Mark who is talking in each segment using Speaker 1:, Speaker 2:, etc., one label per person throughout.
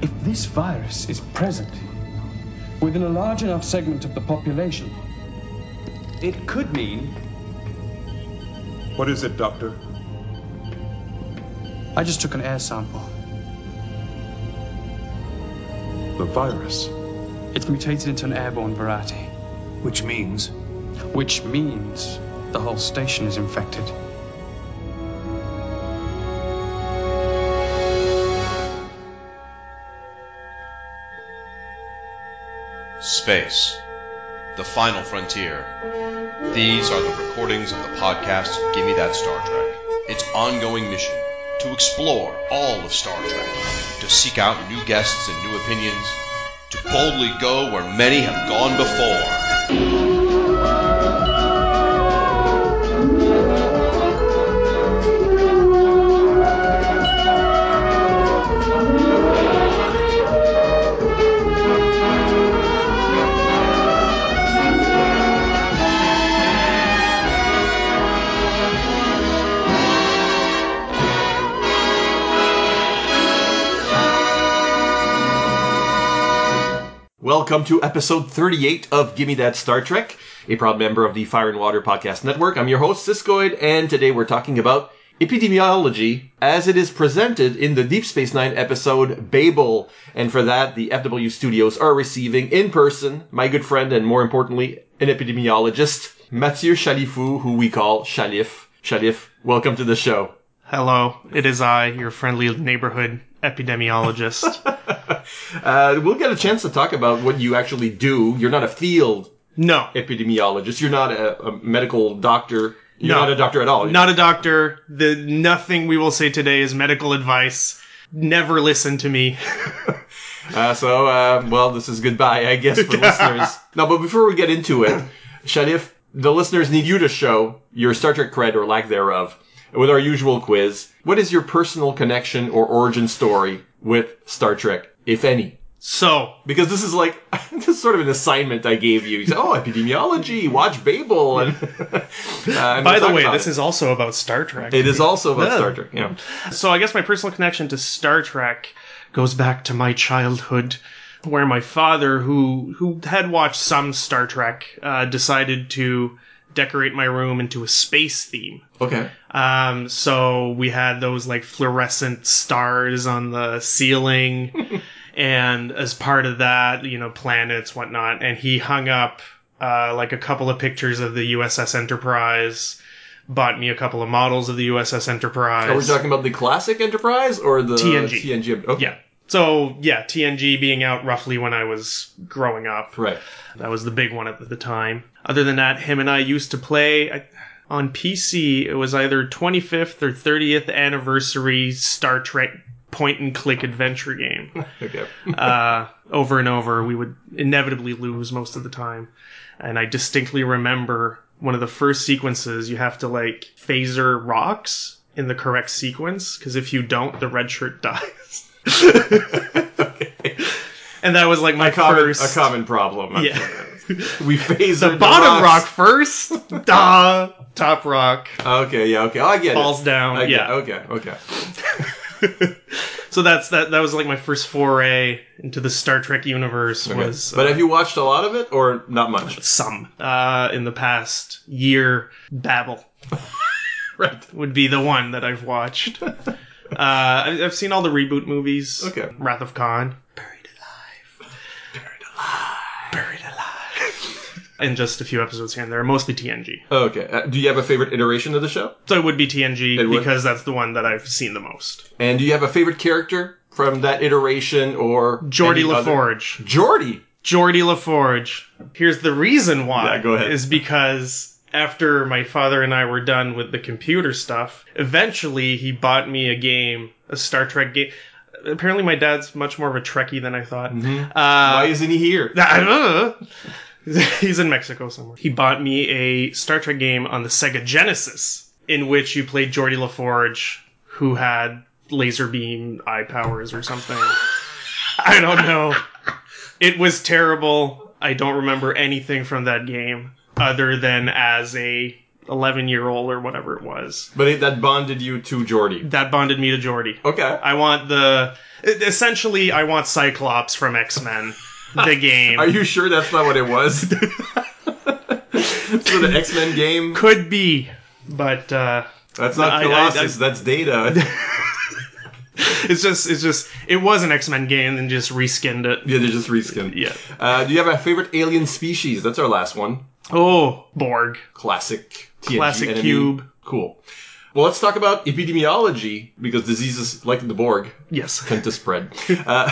Speaker 1: If this virus is present within a large enough segment of the population, it could mean.
Speaker 2: What is it, Doctor?
Speaker 1: I just took an air sample.
Speaker 2: The virus.
Speaker 1: It's mutated into an airborne variety,
Speaker 3: Which means
Speaker 1: which means the whole station is infected.
Speaker 4: Space. The Final Frontier. These are the recordings of the podcast Gimme That Star Trek. Its ongoing mission to explore all of Star Trek, to seek out new guests and new opinions, to boldly go where many have gone before.
Speaker 5: Welcome to episode 38 of Gimme That Star Trek, a proud member of the Fire and Water Podcast Network. I'm your host, Siskoid, and today we're talking about epidemiology as it is presented in the Deep Space Nine episode Babel. And for that, the FW studios are receiving in person my good friend and more importantly, an epidemiologist, Mathieu Chalifou, who we call Chalif. Chalif, welcome to the show.
Speaker 6: Hello, it is I, your friendly neighborhood epidemiologist.
Speaker 5: Uh, we'll get a chance to talk about what you actually do. You're not a field
Speaker 6: no,
Speaker 5: epidemiologist. You're not a, a medical doctor. You're
Speaker 6: No.
Speaker 5: not a doctor at all.
Speaker 6: not a doctor. The nothing we will say today is medical advice. Never listen to me.
Speaker 5: Uh, so, uh, well, this is goodbye, I guess, for listeners. No, but before we get into it, Sharif, the listeners need you to show your Star Trek cred or lack thereof with our usual quiz. What is your personal connection or origin story with Star Trek, if any?
Speaker 6: So,
Speaker 5: Because this is like this is sort of an assignment I gave you. You said, oh, epidemiology, watch Babel, and, uh, and
Speaker 6: by
Speaker 5: we'll
Speaker 6: the
Speaker 5: talk
Speaker 6: way,
Speaker 5: about
Speaker 6: this
Speaker 5: it.
Speaker 6: is also about Star Trek.
Speaker 5: It is also about
Speaker 6: Yeah.
Speaker 5: Star Trek. Yeah.
Speaker 6: So I guess my personal connection to Star Trek goes back to my childhood, where my father, who who had watched some Star Trek, uh, decided to decorate my room into a space theme.
Speaker 5: Okay.
Speaker 6: Um, so we had those like fluorescent stars on the ceiling, and as part of that, you know, planets, whatnot. And he hung up uh, like a couple of pictures of the USS Enterprise. Bought me a couple of models of the USS Enterprise.
Speaker 5: Are we talking about the classic Enterprise or the
Speaker 6: TNG.
Speaker 5: TNG. Okay.
Speaker 6: Yeah. So yeah, TNG being out roughly when I was growing up.
Speaker 5: Right.
Speaker 6: That was the big one at the time. Other than that, him and I used to play I, on PC. It was either 25th or 30th anniversary Star Trek point and click adventure game.
Speaker 5: Okay.
Speaker 6: Uh, over and over, we would inevitably lose most of the time. And I distinctly remember one of the first sequences. You have to like phaser rocks in the correct sequence because if you don't, the red shirt dies. And that was like my
Speaker 5: A common,
Speaker 6: first.
Speaker 5: a common problem. I'm
Speaker 6: Yeah.
Speaker 5: sure. We phase
Speaker 6: the bottom rock first. Duh. Top rock
Speaker 5: Okay, yeah, okay. Oh, I get
Speaker 6: falls
Speaker 5: it.
Speaker 6: down.
Speaker 5: I get
Speaker 6: yeah.
Speaker 5: Okay, okay.
Speaker 6: So that's that. That was like my first foray into the Star Trek universe.
Speaker 5: okay.
Speaker 6: Was
Speaker 5: but
Speaker 6: uh,
Speaker 5: have you watched a lot of it or not much?
Speaker 6: some uh, in the past year. Babel
Speaker 5: Right.
Speaker 6: would be the one that I've watched. uh, I- I've seen all the reboot movies.
Speaker 5: Okay.
Speaker 6: Wrath of Khan. Buried alive. Buried alive. Buried alive. and just a few episodes here and there, mostly TNG.
Speaker 5: Okay. Uh, do you have a favorite iteration of the show?
Speaker 6: So it would be TNG
Speaker 5: It would.
Speaker 6: because that's the one that I've seen the most.
Speaker 5: And do you have a favorite character from that iteration or
Speaker 6: Jordy
Speaker 5: any other-
Speaker 6: LaForge.
Speaker 5: Geordie.
Speaker 6: Jordy LaForge. Here's the reason why.
Speaker 5: Yeah, go ahead.
Speaker 6: Is because after my father and I were done with the computer stuff, eventually he bought me a game, a Star Trek game. Apparently, my dad's much more of a Trekkie than I thought.
Speaker 5: Mm-hmm.
Speaker 6: Uh,
Speaker 5: Why isn't he here?
Speaker 6: I don't know. He's in Mexico somewhere. He bought me a Star Trek game on the Sega Genesis, in which you played Geordie LaForge, who had laser beam eye powers or something. I don't know. It was terrible. I don't remember anything from that game other than as a 11 year old or whatever it was.
Speaker 5: But it, that bonded you to Geordi.
Speaker 6: That bonded me to Geordi.
Speaker 5: Okay.
Speaker 6: I want the. Essentially, I want Cyclops from X Men, the game.
Speaker 5: Are you sure that's not what it was? so the X Men game.
Speaker 6: Could be, but uh,
Speaker 5: That's not
Speaker 6: I- I-
Speaker 5: Colossus. that's Data.
Speaker 6: it's just it's just it was an X Men game and just reskinned it.
Speaker 5: yeah, they just reskinned.
Speaker 6: Yeah.
Speaker 5: Uh, do you have a favorite alien species? That's our last one.
Speaker 6: Oh, Borg.
Speaker 5: Classic. TNG
Speaker 6: Classic
Speaker 5: enemy.
Speaker 6: cube.
Speaker 5: Cool. Well, let's talk about epidemiology because diseases like the Borg
Speaker 6: Yes.
Speaker 5: tend to spread. Uh,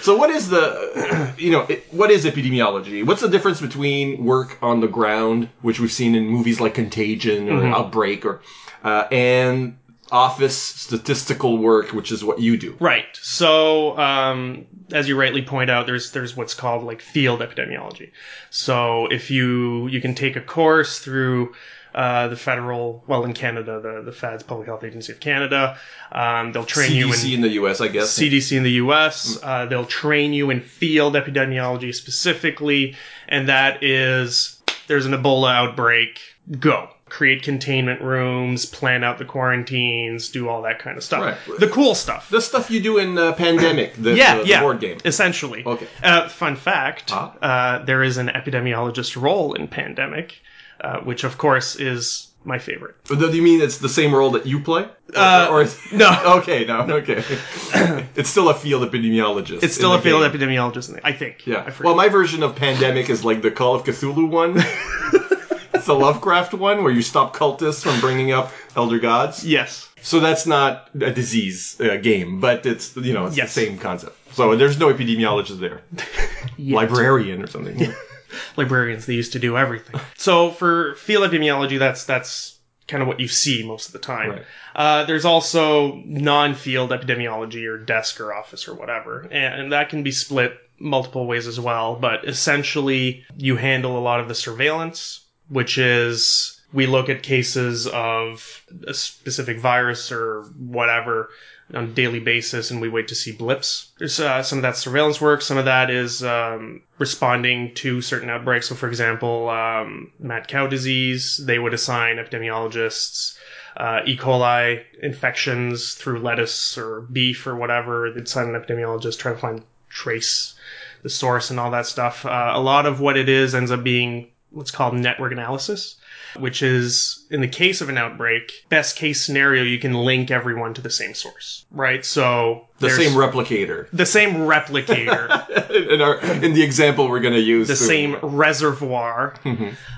Speaker 5: so, what is the, you know, it, what is epidemiology? What's the difference between work on the ground, which we've seen in movies like Contagion or
Speaker 6: Mm-hmm.
Speaker 5: Outbreak, or uh, and office statistical work, which is what you do?
Speaker 6: Right. So, um, as you rightly point out, there's there's what's called like field epidemiology. So if you you can take a course through uh, the federal, well, in Canada, the the FADS, Public Health Agency of Canada, um, they'll train you in
Speaker 5: CDC in the U.S., I guess.
Speaker 6: CDC in the US.
Speaker 5: Mm.
Speaker 6: Uh, they'll train you in field epidemiology specifically, and that is there's an Ebola outbreak, go. Create containment rooms, plan out the quarantines, do all that kind of stuff.
Speaker 5: Right.
Speaker 6: The cool stuff.
Speaker 5: the stuff you do in uh, Pandemic, the,
Speaker 6: yeah,
Speaker 5: the, the
Speaker 6: yeah.
Speaker 5: board game.
Speaker 6: Essentially.
Speaker 5: Okay.
Speaker 6: Uh, fun fact
Speaker 5: Ah.
Speaker 6: uh, there is an epidemiologist role in Pandemic, uh, which, of course, is my favorite.
Speaker 5: But Do you mean it's the same role that you play? Or-
Speaker 6: Uh,
Speaker 5: or is-
Speaker 6: no.
Speaker 5: okay, no, okay. it's still a field epidemiologist.
Speaker 6: It's
Speaker 5: in
Speaker 6: still a
Speaker 5: the
Speaker 6: field
Speaker 5: game.
Speaker 6: epidemiologist, in the- I think. I
Speaker 5: Yeah.
Speaker 6: forget.
Speaker 5: Well, my version of Pandemic is like the Call of Cthulhu one. it's the Lovecraft one where you stop cultists from bringing up elder gods.
Speaker 6: yes.
Speaker 5: So that's not a disease uh, game, but it's you know it's
Speaker 6: Yes.
Speaker 5: the same concept. So there's no epidemiologist there, librarian or something.
Speaker 6: librarians they used to do everything so for field epidemiology that's that's kind of what you see most of the time
Speaker 5: Right.
Speaker 6: uh, there's also non-field epidemiology or desk or office or whatever and, and that can be split multiple ways as well but essentially you handle a lot of the surveillance which is we look at cases of a specific virus or whatever on a daily basis and we wait to see blips. There's uh, some of that surveillance work, some of that is um, responding to certain outbreaks. So, for example, um, mad cow disease, they would assign epidemiologists. Uh, e. coli infections through lettuce or beef or whatever. They'd assign an epidemiologist, try to find trace, the source, and all that stuff. Uh, a lot of what it is ends up being what's called network analysis which is in the case of an outbreak, best case scenario, you can link everyone to the same source, right? So
Speaker 5: The
Speaker 6: there's-
Speaker 5: same replicator.
Speaker 6: the same replicator,
Speaker 5: in, our, in the example we're going to use.
Speaker 6: the
Speaker 5: soon.
Speaker 6: same reservoir.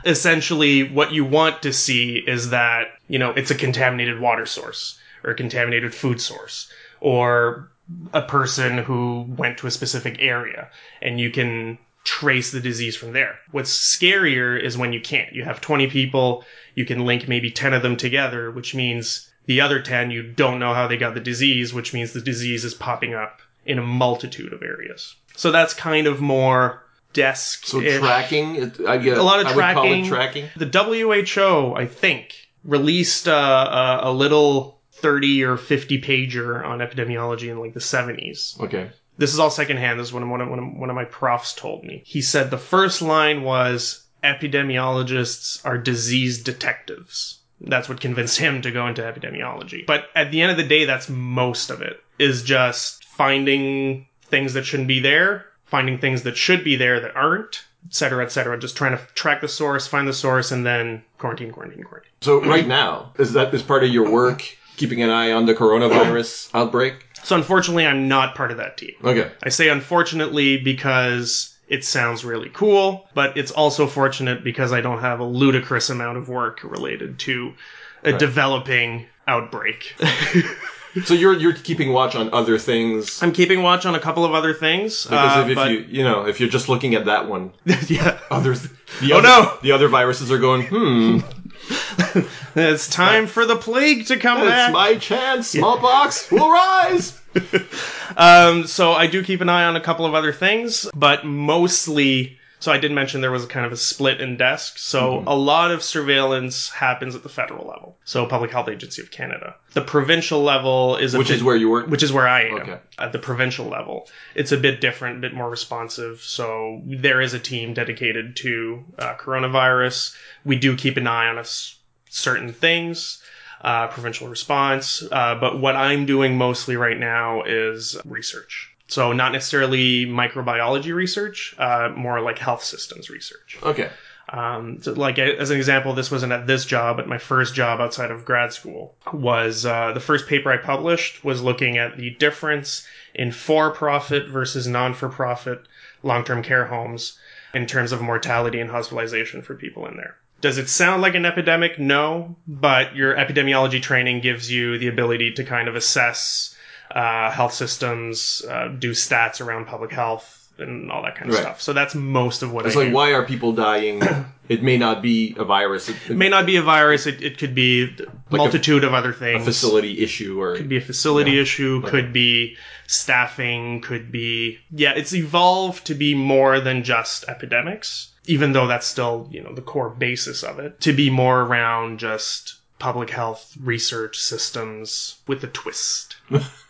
Speaker 6: Essentially, what you want to see is that you know it's a contaminated water source or a contaminated food source or a person who went to a specific area, and you can trace the disease from there. What's scarier is when you can't. You have 20 people, you can link maybe 10 of them together, which means the other 10 you don't know how they got the disease, which means the disease is popping up in a multitude of areas. So that's kind of more desk
Speaker 5: So tracking, it, I guess,
Speaker 6: a lot of
Speaker 5: I
Speaker 6: tracking.
Speaker 5: would call it tracking.
Speaker 6: The WHO, I think, released uh, a, a little 30 or 50 pager on epidemiology in like the 70s.
Speaker 5: Okay.
Speaker 6: This is all secondhand. This is what one of, one, of, one of my profs told me. He said the first line was epidemiologists are disease detectives. That's what convinced him to go into epidemiology. But at the end of the day, that's most of it is just finding things that shouldn't be there, finding things that should be there that aren't, et cetera, et cetera. Just trying to track the source, find the source, and then quarantine, quarantine, quarantine.
Speaker 5: So right now, is that is part of your work keeping an eye on the coronavirus outbreak?
Speaker 6: So unfortunately, I'm not part of that team.
Speaker 5: Okay.
Speaker 6: I say unfortunately because it sounds really cool, but it's also fortunate because I don't have a ludicrous amount of work related to a developing outbreak.
Speaker 5: So you're you're keeping watch on other things
Speaker 6: I'm keeping watch on a couple of other things.
Speaker 5: because
Speaker 6: uh,
Speaker 5: if, if
Speaker 6: but-
Speaker 5: you you know if you're just looking at that one,
Speaker 6: yeah,
Speaker 5: others the
Speaker 6: Oh,
Speaker 5: other,
Speaker 6: no!
Speaker 5: the other viruses are going. Hmm,
Speaker 6: it's time for the plague to come
Speaker 5: it's
Speaker 6: back.
Speaker 5: my chance. Smallpox will rise.
Speaker 6: Um, so I do keep an eye on a couple of other things, but mostly. So I did mention there was kind of a split in desk. So
Speaker 5: Mm-hmm.
Speaker 6: a lot of surveillance happens at the federal level. So Public Health Agency of Canada. The provincial level is a
Speaker 5: Which
Speaker 6: bit-
Speaker 5: is where you work.
Speaker 6: which is where I am
Speaker 5: Okay.
Speaker 6: at the provincial level. It's a bit different, a bit more responsive. So there is a team dedicated to uh, coronavirus. We do keep an eye on a s- certain things, uh, provincial response. Uh, but what I'm doing mostly right now is research. So not necessarily microbiology research, uh, more like health systems research.
Speaker 5: Okay.
Speaker 6: Um, so like as an example, this wasn't at this job, but my first job outside of grad school was uh, the first paper I published was looking at the difference in for-profit versus non-for-profit long-term care homes in terms of mortality and hospitalization for people in there. Does it sound like an epidemic? No, but your epidemiology training gives you the ability to kind of assess uh, health systems, uh, do stats around public health, and all that kind of
Speaker 5: Right.
Speaker 6: stuff. So that's most of what
Speaker 5: It's
Speaker 6: I
Speaker 5: like,
Speaker 6: do.
Speaker 5: why are people dying? it may not be a virus. It,
Speaker 6: It may not be a virus. It, it could be a
Speaker 5: a-
Speaker 6: multitude of other
Speaker 5: a
Speaker 6: things.
Speaker 5: facility issue or
Speaker 6: Could be a facility issue.
Speaker 5: Like-
Speaker 6: could be staffing. Could be yeah. It's evolved to be more than just epidemics, even though that's still you know the core basis of it. To be more around just public health research systems with a twist.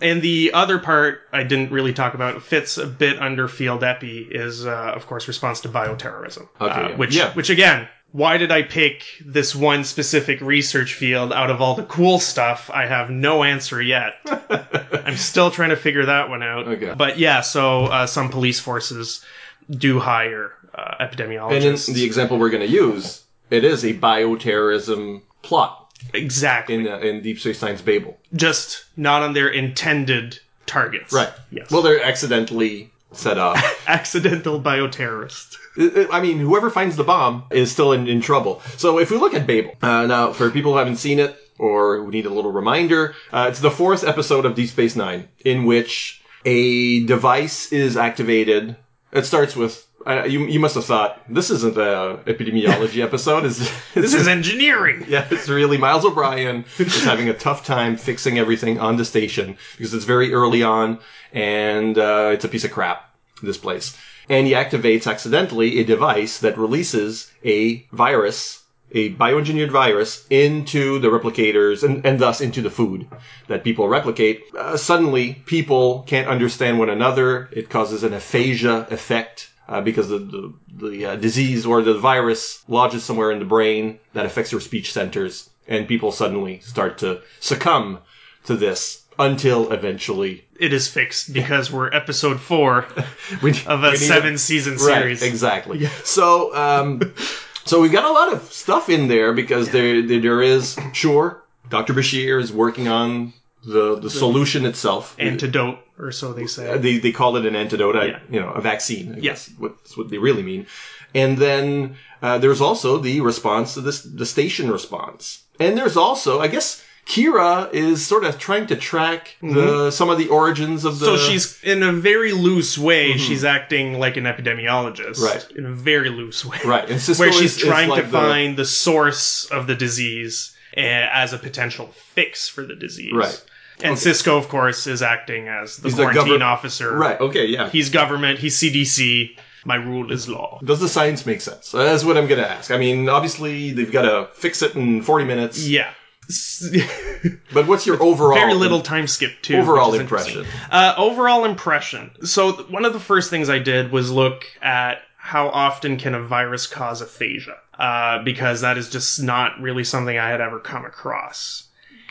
Speaker 6: and the other part I didn't really talk about fits a bit under field epi is uh, of course response to bioterrorism,
Speaker 5: Okay,
Speaker 6: uh,
Speaker 5: yeah.
Speaker 6: which
Speaker 5: Yeah.
Speaker 6: which again why did i pick this one specific research field out of all the cool stuff i have no answer yet i'm still trying to figure that one out
Speaker 5: Okay.
Speaker 6: but yeah so uh, some police forces do hire uh,
Speaker 5: And in
Speaker 6: epidemiologists
Speaker 5: the example we're going to use, it is a bioterrorism plot
Speaker 6: exactly
Speaker 5: in uh, in Deep Space Nine's Babel.
Speaker 6: just not on their intended targets
Speaker 5: Right.
Speaker 6: yes
Speaker 5: Well, they're accidentally set up.
Speaker 6: accidental bioterrorist
Speaker 5: Uh, I I mean, whoever finds the bomb is still in, in trouble. So if we look at Babel, uh, now for people who haven't seen it or who need a little reminder, uh, it's the fourth episode of Deep Space Nine in which a device is activated. It starts with. Uh, you, you must have thought this isn't a epidemiology episode. Is
Speaker 6: this is engineering
Speaker 5: Yeah, it's really Miles O'Brien is having a tough time fixing everything on the station because it's very early on and uh, it's a piece of crap, this place. And he activates accidentally a device that releases a virus, a bioengineered virus, into the replicators and, and thus into the food that people replicate. Uh, suddenly, people can't understand one another. It causes an aphasia effect uh, because the the, the uh, disease or the virus lodges somewhere in the brain that affects your speech centers, and people suddenly start to succumb to this until eventually
Speaker 6: it is fixed because we're episode four
Speaker 5: we,
Speaker 6: of
Speaker 5: we
Speaker 6: a
Speaker 5: need
Speaker 6: seven season
Speaker 5: right,
Speaker 6: series
Speaker 5: exactly. So um, so we've got a lot of stuff in there because there, there there is sure Dr. Bashir is working on the the solution itself.
Speaker 6: antidote or so they say
Speaker 5: they they call it an antidote, I,
Speaker 6: Yeah.
Speaker 5: you know, a vaccine. I
Speaker 6: Yes.
Speaker 5: guess, what- that's what they really mean. And then uh, there's also the response to this, the station response, and there's also, I guess, Kira is sort of trying to track the some of the origins of the.
Speaker 6: Mm-hmm.
Speaker 5: Mm-hmm.
Speaker 6: So she's in a very loose way. She's acting like an epidemiologist,
Speaker 5: Right.
Speaker 6: In a very loose way,
Speaker 5: right, and Cisco
Speaker 6: Where
Speaker 5: is-
Speaker 6: she's
Speaker 5: is
Speaker 6: trying
Speaker 5: like
Speaker 6: to
Speaker 5: the-
Speaker 6: find the source of the disease eh, as a potential fix for the disease,
Speaker 5: Right.
Speaker 6: And Cisco, of course, is acting as the
Speaker 5: He's the
Speaker 6: quarantine
Speaker 5: govern-
Speaker 6: officer.
Speaker 5: Right. Okay. Yeah.
Speaker 6: He's government. He's CDC. My rule is law.
Speaker 5: Does the science make sense? That's what I'm going to ask. I mean, obviously they've got to fix it in 40 minutes.
Speaker 6: Yeah.
Speaker 5: But what's your overall
Speaker 6: very little time skip too.
Speaker 5: overall
Speaker 6: which is interesting.
Speaker 5: impression?
Speaker 6: Uh, overall impression. So th- one of the first things I did was look at how often can a virus cause aphasia, uh, because that is just not really something I had ever come across.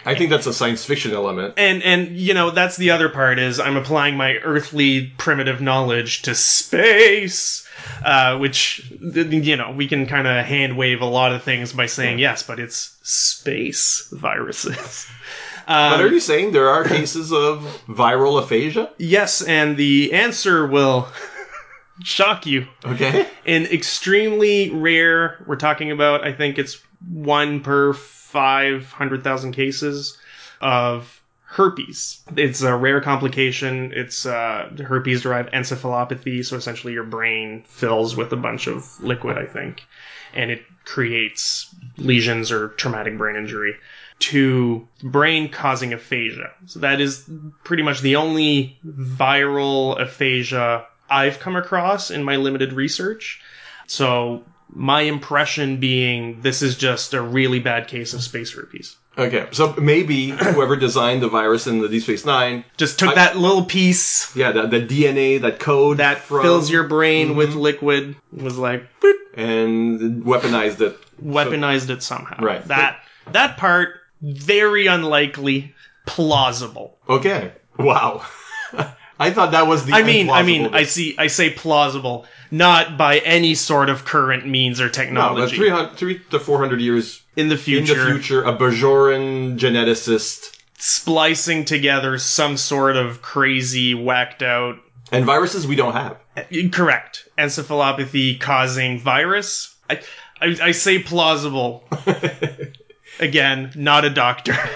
Speaker 5: I think that's a science fiction element.
Speaker 6: And and you know that's the other part is I'm applying my earthly primitive knowledge to space, uh, which th- you know we can kind of hand wave a lot of things by saying yes, but it's space viruses.
Speaker 5: But
Speaker 6: Um,
Speaker 5: are you saying there are cases of viral aphasia?
Speaker 6: Yes, and the answer will shock you.
Speaker 5: Okay.
Speaker 6: An extremely rare, we're talking about, I think it's one per 500,000 cases of herpes. It's a rare complication. It's uh, herpes derived encephalopathy, so essentially your brain fills with a bunch of liquid, I think, and it creates lesions or traumatic brain injury to brain causing aphasia. So that is pretty much the only viral aphasia I've come across in my limited research. So my impression being this is just a really bad case of space herpes.
Speaker 5: Okay. So maybe whoever designed the virus in the Deep Space Nine,
Speaker 6: Just took that little piece
Speaker 5: yeah, the, the DNA, that code
Speaker 6: that
Speaker 5: from-
Speaker 6: fills your brain with liquid was like boop,
Speaker 5: and weaponized it.
Speaker 6: weaponized it somehow.
Speaker 5: Right.
Speaker 6: That That part, very unlikely, plausible.
Speaker 5: Okay. Wow. I thought that was the.
Speaker 6: I mean, I mean,
Speaker 5: implausible
Speaker 6: I see, I say plausible, not by any sort of current means or
Speaker 5: No, but
Speaker 6: technology.
Speaker 5: 300, three to four hundred years
Speaker 6: in the
Speaker 5: in
Speaker 6: future,
Speaker 5: the future, a Bajoran geneticist
Speaker 6: splicing together some sort of crazy, whacked out.
Speaker 5: and viruses we don't have.
Speaker 6: Correct. Encephalopathy causing virus. I, I, I say plausible. Again, not a doctor,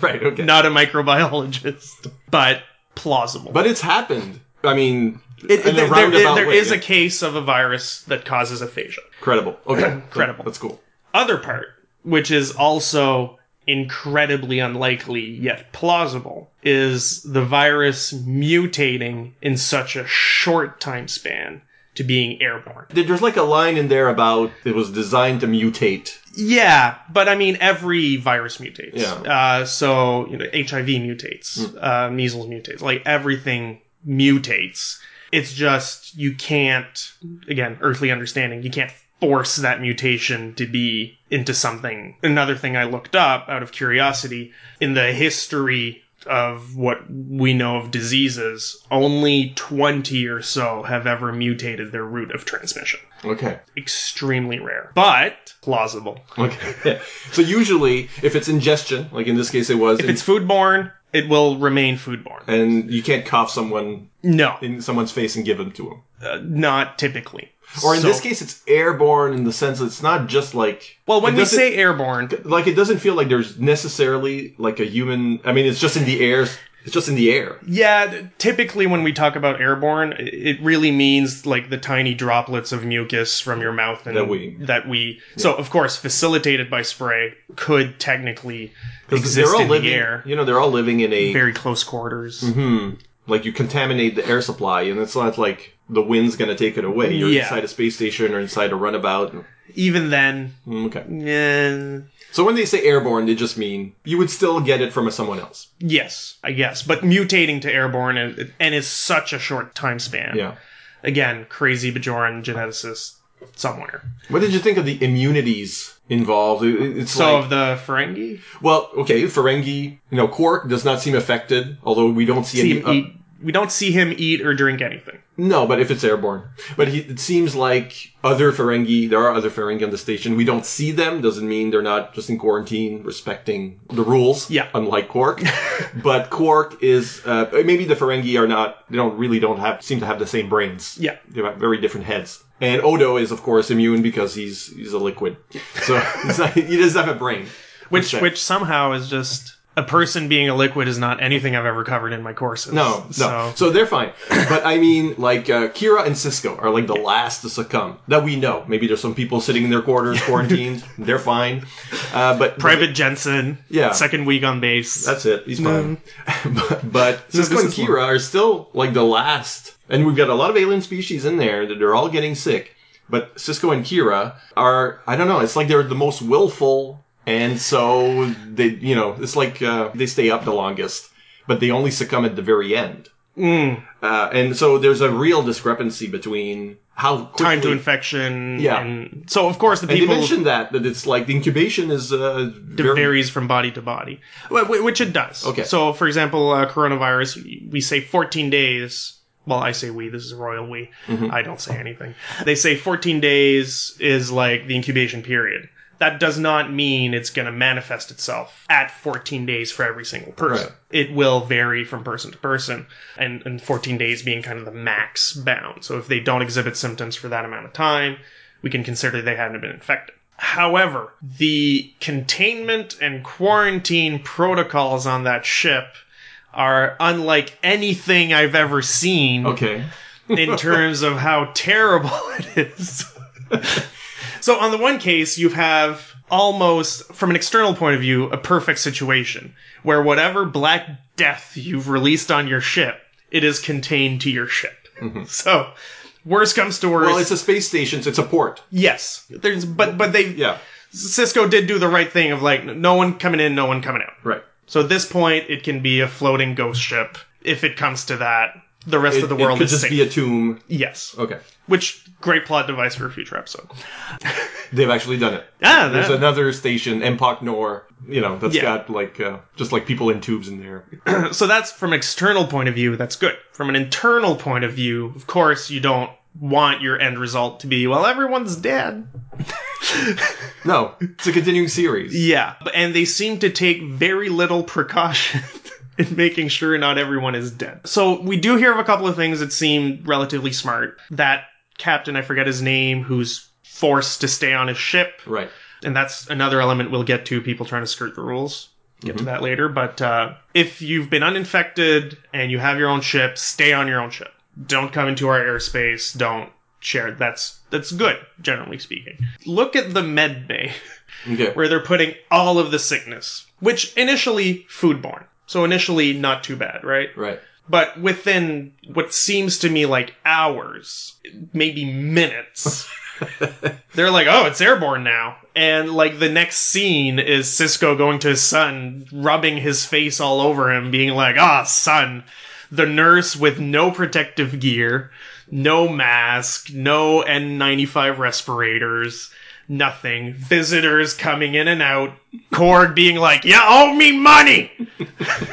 Speaker 5: Right. Okay.
Speaker 6: not a microbiologist, but plausible.
Speaker 5: But it's happened. I mean,
Speaker 6: It-
Speaker 5: in
Speaker 6: there-
Speaker 5: a
Speaker 6: there-
Speaker 5: roundabout
Speaker 6: there
Speaker 5: way.
Speaker 6: is
Speaker 5: yeah.
Speaker 6: a case of a virus that causes aphasia.
Speaker 5: credible. Okay.
Speaker 6: Credible.
Speaker 5: That's cool.
Speaker 6: Other part, which is also incredibly unlikely yet plausible, is the virus mutating in such a short time span to being airborne.
Speaker 5: There- There's like a line in there about it was designed to mutate.
Speaker 6: Yeah, but I mean, every virus mutates.
Speaker 5: Yeah.
Speaker 6: Uh, so you know, HIV mutates, uh, measles mutates, like everything mutates. It's just you can't, again, earthly understanding. You can't force that mutation to be into something. Another thing I looked up out of curiosity in the history of what we know of diseases, only 20 or so have ever mutated their route of transmission.
Speaker 5: Okay.
Speaker 6: Extremely rare, but plausible.
Speaker 5: Okay. so usually, if it's ingestion, like in this case it was,
Speaker 6: If it's foodborne, it will remain foodborne.
Speaker 5: and you can't cough someone
Speaker 6: No,
Speaker 5: in someone's face and give them to them.
Speaker 6: uh, not typically.
Speaker 5: Or in
Speaker 6: So-
Speaker 5: this case, it's airborne in the sense that it's not just like.
Speaker 6: well, when
Speaker 5: it
Speaker 6: we
Speaker 5: doesn't-
Speaker 6: say airborne,
Speaker 5: like, it doesn't feel like there's necessarily like a human. I mean, it's just in the air. It's just in the air.
Speaker 6: yeah, th- typically when we talk about airborne, i- it really means like the tiny droplets of mucus from your mouth and
Speaker 5: That we-
Speaker 6: that we. So of course, facilitated by spray could technically
Speaker 5: Because
Speaker 6: exist in
Speaker 5: living.
Speaker 6: the air,
Speaker 5: You know, they're all living in a
Speaker 6: very close quarters.
Speaker 5: Mm-hmm. like you contaminate the air supply, and it's not like the wind's going to take it away. You're
Speaker 6: Yeah.
Speaker 5: inside a space station or inside a runabout. and-
Speaker 6: Even then,
Speaker 5: mm, okay.
Speaker 6: eh,
Speaker 5: So when they say airborne, they just mean you would still get it from someone else.
Speaker 6: yes, I guess. But mutating to airborne and, and is such a short time span.
Speaker 5: Yeah.
Speaker 6: again, crazy Bajoran geneticist somewhere.
Speaker 5: What did you think of the immunities involved? It- it- It's
Speaker 6: So
Speaker 5: like,
Speaker 6: of the Ferengi,
Speaker 5: well, okay, Ferengi, you know, Quark does not seem affected, although we don't see,
Speaker 6: see
Speaker 5: any.
Speaker 6: him
Speaker 5: uh,
Speaker 6: eat. We don't see him eat or drink anything.
Speaker 5: no, but if it's airborne, but he, it seems like other Ferengi, there are other Ferengi on the station. We don't see them. Doesn't mean they're not just in quarantine, respecting the rules.
Speaker 6: Yeah.
Speaker 5: unlike Quark, but Quark is uh, maybe the Ferengi are not. They don't really don't have seem to have the same brains.
Speaker 6: Yeah.
Speaker 5: they have very different heads. And Odo is of course immune because he's he's a liquid, so he's not, he doesn't have a brain.
Speaker 6: Which
Speaker 5: Okay.
Speaker 6: which somehow is just a person being a liquid is not anything I've ever covered in my courses.
Speaker 5: No, no. So,
Speaker 6: So,
Speaker 5: they're fine. But I mean, like uh, Kira and Cisco are like the last to succumb that we know. Maybe there's some people sitting in their quarters, quarantined. they're fine. Uh, but
Speaker 6: Private Jensen,
Speaker 5: Yeah.
Speaker 6: second week on base.
Speaker 5: That's it. He's fine. but but Cisco
Speaker 6: this
Speaker 5: and
Speaker 6: is one.
Speaker 5: Kira are still like the last, and we've got a lot of alien species in there that they're all getting sick. But Cisco and Kira are I don't know. It's like they're the most willful, and so they you know it's like uh, they stay up the longest, but they only succumb at the very end. Uh, and so there's a real discrepancy between how quickly
Speaker 6: time to infection.
Speaker 5: Yeah.
Speaker 6: and- so of course the
Speaker 5: And they
Speaker 6: people
Speaker 5: mentioned that that it's like the incubation is uh, very,
Speaker 6: varies from body to body, Wh- wh- which it does.
Speaker 5: Okay.
Speaker 6: So, for example, uh, coronavirus, we say 14 days. Well, I say we. This is royal we.
Speaker 5: Mm-hmm.
Speaker 6: I don't say anything. They say 14 days is like the incubation period. That does not mean it's going to manifest itself at 14 days for every single person.
Speaker 5: Right.
Speaker 6: It will vary from person to person, and, and 14 days being kind of the max bound. So if they don't exhibit symptoms for that amount of time, we can consider they hadn't been infected. However, the containment and quarantine protocols on that ship are unlike anything I've ever seen
Speaker 5: okay.
Speaker 6: in terms of how terrible it is. so, on the one case, you have almost, from an external point of view, a perfect situation where whatever black death you've released on your ship, it is contained to your ship. So, worst comes to worst,
Speaker 5: Mm-hmm. Well, it's a space station, so it's a port.
Speaker 6: yes. There's, but but they
Speaker 5: Yeah,
Speaker 6: Cisco did do the right thing of like no one coming in, no one coming out.
Speaker 5: right.
Speaker 6: So at this point, it can be a floating ghost ship if it comes to that. the rest
Speaker 5: It,
Speaker 6: of the
Speaker 5: it
Speaker 6: world
Speaker 5: could
Speaker 6: is
Speaker 5: just
Speaker 6: safe.
Speaker 5: be a Oh. tomb.
Speaker 6: yes.
Speaker 5: Okay,
Speaker 6: Which great plot device for a future episode.
Speaker 5: they've actually done it.
Speaker 6: Ah,
Speaker 5: There's
Speaker 6: that-
Speaker 5: another station, Empok Nor. You know, that's
Speaker 6: Yeah.
Speaker 5: got like uh, just like people in tubes in there.
Speaker 6: so that's from an external point of view, that's good. From an internal point of view, of course, you don't want your end result to be, well, everyone's dead.
Speaker 5: No, it's a continuing series.
Speaker 6: Yeah. but- And they seem to take very little precaution in making sure not everyone is dead. So we do hear of a couple of things that seem relatively smart. That captain, I forget his name, who's forced to stay on his ship
Speaker 5: Right.
Speaker 6: and that's another element we'll get to people trying to skirt the rules get to that later but uh, if you've been uninfected and you have your own ship stay on your own ship don't come into our airspace don't share that's that's good generally speaking look at the med bay
Speaker 5: Okay.
Speaker 6: where they're putting all of the sickness which initially foodborne so initially not too bad right
Speaker 5: Right.
Speaker 6: but within what seems to me like hours, maybe minutes, they're like, oh, it's airborne now. And like the next scene is Cisco going to his son, rubbing his face all over him, being like, ah, son. The nurse with no protective gear, no mask, no N95 respirators, nothing. Visitors coming in and out. Korg being like, you owe me money!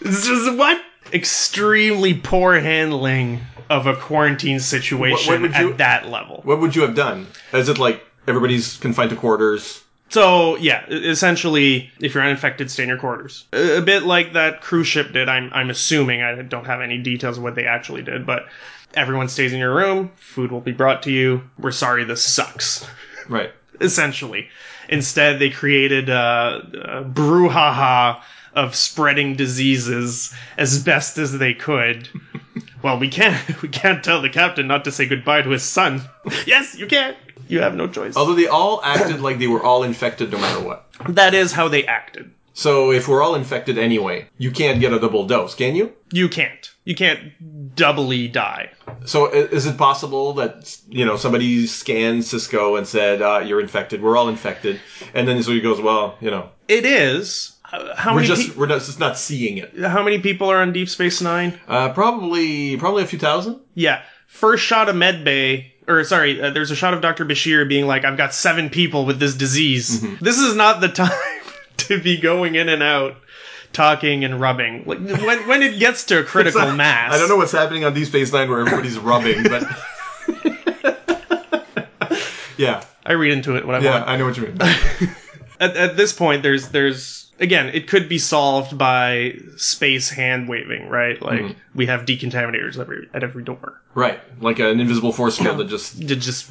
Speaker 6: This is what? Extremely poor handling of a quarantine situation
Speaker 5: What- what would you-
Speaker 6: at that level.
Speaker 5: What would you have done? Is it like everybody's confined to quarters?
Speaker 6: So, yeah, e- essentially, if you're uninfected, stay in your quarters. A a bit like that cruise ship did, I'm, I'm assuming. I don't have any details of what they actually did, but everyone stays in your room, food will be brought to you. We're sorry, this sucks.
Speaker 5: Right.
Speaker 6: essentially. Instead, they created a, a brouhaha of spreading diseases as best as they could. well, we can't we can't tell the captain not to say goodbye to his son. yes, you can. You have no choice.
Speaker 5: Although they all acted like they were all infected no matter what.
Speaker 6: that is how they acted.
Speaker 5: So if we're all infected anyway, you can't get a double dose, can you?
Speaker 6: You can't. You can't doubly die.
Speaker 5: So i- is it possible that you know somebody scanned Cisco and said uh, you're infected? We're all infected, and then so he goes, well, you know,
Speaker 6: It is. Uh, How
Speaker 5: we're
Speaker 6: many?
Speaker 5: just we're not, just not seeing it.
Speaker 6: pe- how many people are on Deep Space Nine?
Speaker 5: Uh, probably probably a few thousand.
Speaker 6: Yeah. First shot of Medbay, or sorry, uh, there's a shot of Dr. Bashir being like, I've got seven people with this disease.
Speaker 5: Mm-hmm.
Speaker 6: This is not the time to be going in and out talking and rubbing. Like when when it gets to a critical mass.
Speaker 5: I don't know what's happening on Deep Space Nine where everybody's rubbing, but yeah,
Speaker 6: I read into it what I
Speaker 5: yeah,
Speaker 6: want.
Speaker 5: I know what you mean.
Speaker 6: At, at this point there's there's again, it could be solved by space hand waving, right? Like
Speaker 5: Mm-hmm.
Speaker 6: we have decontaminators every at every door.
Speaker 5: right, like an invisible force field that just
Speaker 6: It just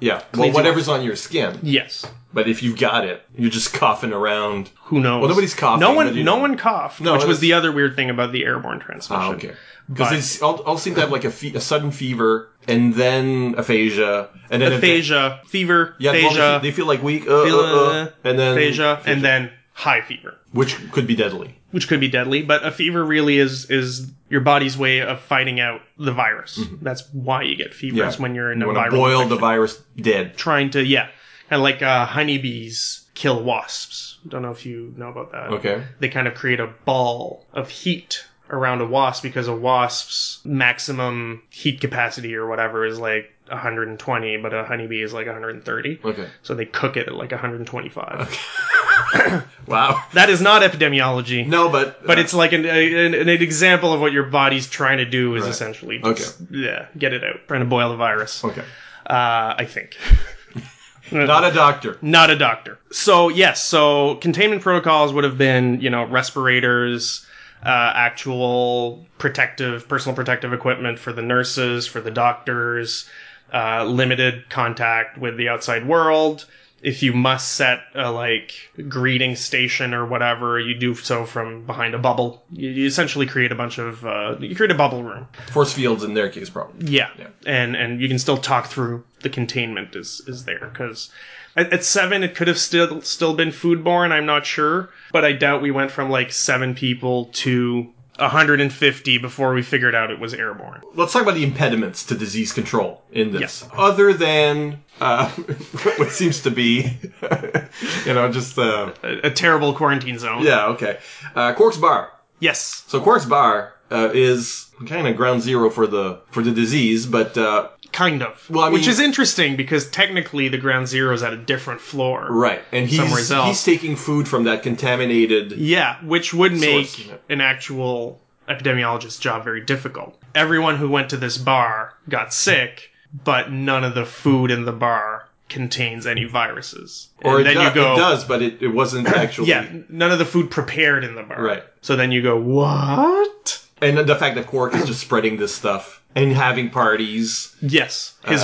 Speaker 5: yeah, well,
Speaker 6: you
Speaker 5: whatever's on your skin.
Speaker 6: yes.
Speaker 5: But if you've got it, you're just coughing around.
Speaker 6: Who knows?
Speaker 5: Well, nobody's coughing,
Speaker 6: No
Speaker 5: but
Speaker 6: one,
Speaker 5: you
Speaker 6: no
Speaker 5: know.
Speaker 6: one coughed,
Speaker 5: No,
Speaker 6: which was
Speaker 5: that's-
Speaker 6: the other weird thing about the airborne transmission.
Speaker 5: Ah, okay. Because they all, all seem to have like a, fe- a sudden fever and then aphasia and then
Speaker 6: aphasia, fever,
Speaker 5: Yeah, well, they
Speaker 6: aphasia,
Speaker 5: fe- they feel like weak, uh, uh, uh, and then
Speaker 6: aphasia, and then high fever,
Speaker 5: which could be deadly.
Speaker 6: which could be deadly. But a fever really is is your body's way of fighting out the virus. That's why you get fevers when you're in
Speaker 5: Mm-hmm. you
Speaker 6: a
Speaker 5: wanna
Speaker 6: viral.
Speaker 5: boil the
Speaker 6: infection.
Speaker 5: virus dead.
Speaker 6: Trying to yeah, kind of like uh, honeybees kill wasps. Don't know if you know about that.
Speaker 5: Okay,
Speaker 6: they kind of create a ball of heat around a wasp because a wasp's maximum heat capacity or whatever is like 120, but a honeybee is like 130.
Speaker 5: okay.
Speaker 6: So they cook it at like 125.
Speaker 5: Wow.
Speaker 6: That is not epidemiology.
Speaker 5: No, but
Speaker 6: But it's like an, a- an, an example of what your body's trying to do is
Speaker 5: Right.
Speaker 6: essentially
Speaker 5: Okay.
Speaker 6: just, yeah, get it out. Trying to boil the virus.
Speaker 5: okay.
Speaker 6: Uh, I think.
Speaker 5: Not a doctor.
Speaker 6: not a doctor. So yes, so containment protocols would have been you know respirators, uh, actual protective personal protective equipment for the nurses, for the doctors, uh, limited contact with the outside world. If you must set a like greeting station or whatever, you do so from behind a bubble. You, you essentially create a bunch of uh, you create a bubble room.
Speaker 5: Force fields in their case, probably.
Speaker 6: Yeah. And and you can still talk through the containment is is there cuz at, at 7 it could have still still been foodborne, I'm not sure, but I doubt we went from like 7 people to 150 before we figured out it was airborne.
Speaker 5: Let's talk about the impediments to disease control in this.
Speaker 6: Yes.
Speaker 5: Other than uh, what seems to be, you know, just uh,
Speaker 6: A, a terrible quarantine zone.
Speaker 5: yeah, okay. Uh, Quark's Bar.
Speaker 6: Yes.
Speaker 5: So Quark's Bar uh, is kind of ground zero for the for the disease, but uh,
Speaker 6: Kind of.
Speaker 5: Well, I
Speaker 6: Which
Speaker 5: mean-
Speaker 6: is interesting because technically the ground zero is at a different floor.
Speaker 5: right, and
Speaker 6: Somewhere
Speaker 5: he's
Speaker 6: else.
Speaker 5: he's taking food from that contaminated.
Speaker 6: Yeah, which would make
Speaker 5: Source, yeah.
Speaker 6: an actual epidemiologist's job very difficult. Everyone who went to this bar got sick, but none of the food in the bar contains any viruses.
Speaker 5: Or
Speaker 6: and
Speaker 5: it,
Speaker 6: then
Speaker 5: do-
Speaker 6: you go,
Speaker 5: it does, but it, it wasn't actually.
Speaker 6: yeah, none of the food prepared in the bar.
Speaker 5: Right.
Speaker 6: So then you go, what?
Speaker 5: and the fact that Quark is just spreading this stuff and having parties.
Speaker 6: Yes, his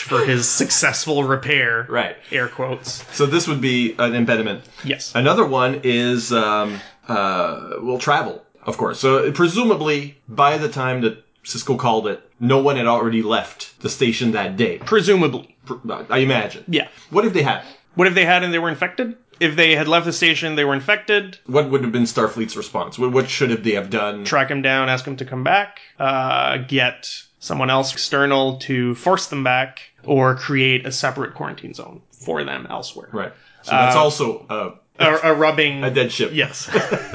Speaker 6: for his successful repair.
Speaker 5: Uh. Right.
Speaker 6: Air quotes.
Speaker 5: So this would be an impediment.
Speaker 6: Yes.
Speaker 5: Another one is um, uh, well, travel, of course. So presumably, by the time that Cisco called it, no one had already left the station that day.
Speaker 6: Presumably.
Speaker 5: I imagine.
Speaker 6: Yeah.
Speaker 5: What if they had?
Speaker 6: What if they had and they were infected? If they had left the station, they were infected.
Speaker 5: What would have been Starfleet's response? What what should have they have done?
Speaker 6: track him down, ask him to come back, uh, get someone else external to force them back, or create a separate quarantine zone for them elsewhere.
Speaker 5: right. So that's also uh,
Speaker 6: A, a rubbing.
Speaker 5: a dead ship.
Speaker 6: Yes.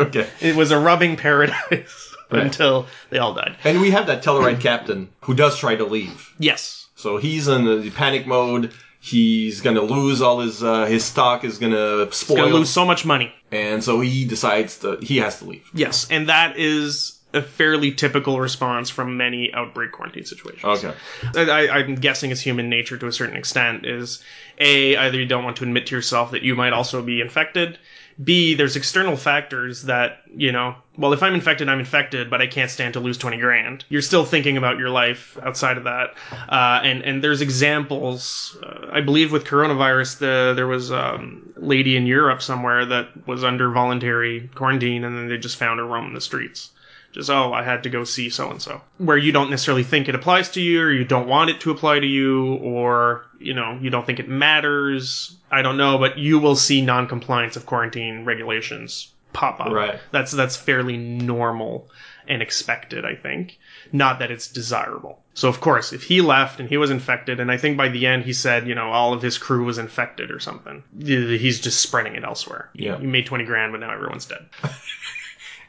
Speaker 5: Okay.
Speaker 6: it was a rubbing paradise until they all died.
Speaker 5: And we have that Telluride captain who does try to leave.
Speaker 6: Yes.
Speaker 5: So he's in the panic mode. He's gonna lose all his uh, his stock is gonna spoil,
Speaker 6: Gonna lose so much money.
Speaker 5: and so he decides to he has to leave.
Speaker 6: Yes. And that is a fairly typical response from many outbreak quarantine situations.
Speaker 5: Okay.
Speaker 6: I, I- I'm guessing it's human nature to a certain extent is a either you don't want to admit to yourself that you might also be infected. B there's external factors that you know. Well, if I'm infected, I'm infected, but I can't stand to lose twenty grand. You're still thinking about your life outside of that, uh, and and there's examples. Uh, I believe with coronavirus, the there was um, a lady in Europe somewhere that was under voluntary quarantine, and then they just found her roaming the streets just oh i had to go see so and so where you don't necessarily think it applies to you or you don't want it to apply to you or you know you don't think it matters i don't know but you will see non-compliance of quarantine regulations pop up
Speaker 5: Right.
Speaker 6: that's that's fairly normal and expected i think not that it's desirable so of course if he left and he was infected and i think by the end he said you know all of his crew was infected or something he's just spreading it elsewhere
Speaker 5: Yeah.
Speaker 6: you made 20 grand but now everyone's dead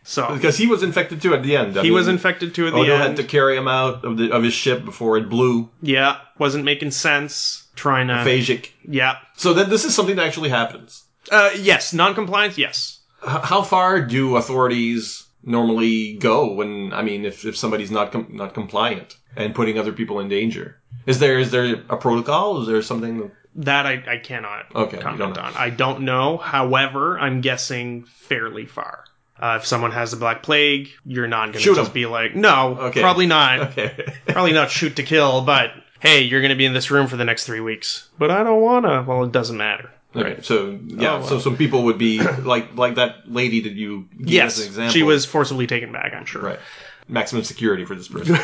Speaker 6: so
Speaker 5: Because he was infected too at the end. I
Speaker 6: he
Speaker 5: mean,
Speaker 6: was infected too at the
Speaker 5: Odo
Speaker 6: end.
Speaker 5: had to carry him out of the of his ship before it blew.
Speaker 6: Yeah, wasn't making sense. Trying to.
Speaker 5: Phagic.
Speaker 6: Yeah.
Speaker 5: So that this is something that actually happens.
Speaker 6: Uh, yes, non-compliance. Yes.
Speaker 5: H- how far do authorities normally go when I mean if, if somebody's not com- not compliant and putting other people in danger? Is there is there a protocol? Is there something? that-
Speaker 6: That I, I cannot
Speaker 5: Okay, Oh, you don't
Speaker 6: comment
Speaker 5: know.
Speaker 6: on. I don't know. However, I'm guessing fairly far. Uh, if someone has the Black Plague, you're not going to
Speaker 5: Shoot
Speaker 6: just
Speaker 5: 'em.
Speaker 6: be like, no,
Speaker 5: Okay.
Speaker 6: probably not.
Speaker 5: Okay.
Speaker 6: probably not shoot to kill, but hey, you're going to be in this room for the next three weeks. But I don't want to. Well, it doesn't matter.
Speaker 5: Okay, so yeah,
Speaker 6: Oh, wow.
Speaker 5: so some people would be like like that lady that you gave as an
Speaker 6: Yes,
Speaker 5: example.
Speaker 6: she was forcibly taken back. I'm sure.
Speaker 5: right. Maximum security for this person.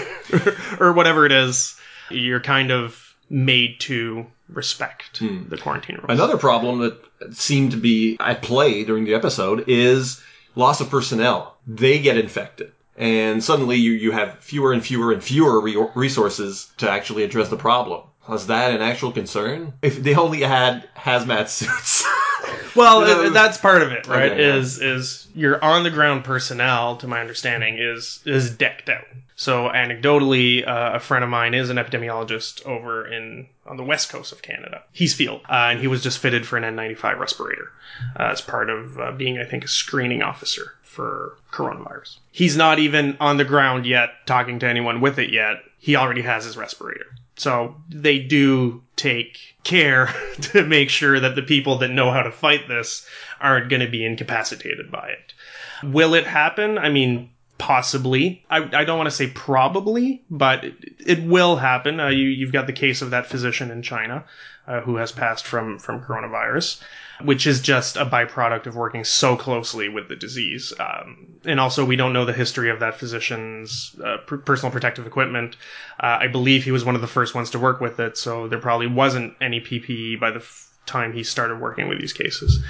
Speaker 6: or whatever it is, you're kind of made to respect the quarantine rules.
Speaker 5: Another problem that seemed to be at play during the episode is loss of personnel. They get infected. And suddenly you, you have fewer and fewer and fewer re- resources to actually address the problem. Was that an actual concern? If they only had hazmat suits.
Speaker 6: Well,
Speaker 5: You know,
Speaker 6: uh, that's part of it, right?
Speaker 5: Okay, yeah.
Speaker 6: Is is your on the ground personnel, to my understanding, is is decked out. So anecdotally, uh, a friend of mine is an epidemiologist over in on the west coast of Canada, Heathfield, uh, and he was just fitted for an N95 respirator uh, as part of uh, being, I think, a screening officer for coronavirus. He's not even on the ground yet, talking to anyone with it yet. He already has his respirator. So they do take care to make sure that the people that know how to fight this aren't going to be incapacitated by it. Will it happen? I mean, possibly. I, I don't want to say probably, but it, it will happen. Uh, you, you've got the case of that physician in China uh, who has passed from, from coronavirus, which is just a byproduct of working so closely with the disease. Um, and also, we don't know the history of that physician's uh, per- personal protective equipment. Uh, I believe he was one of the first ones to work with it, so there probably wasn't any PPE by the f- time he started working with these cases.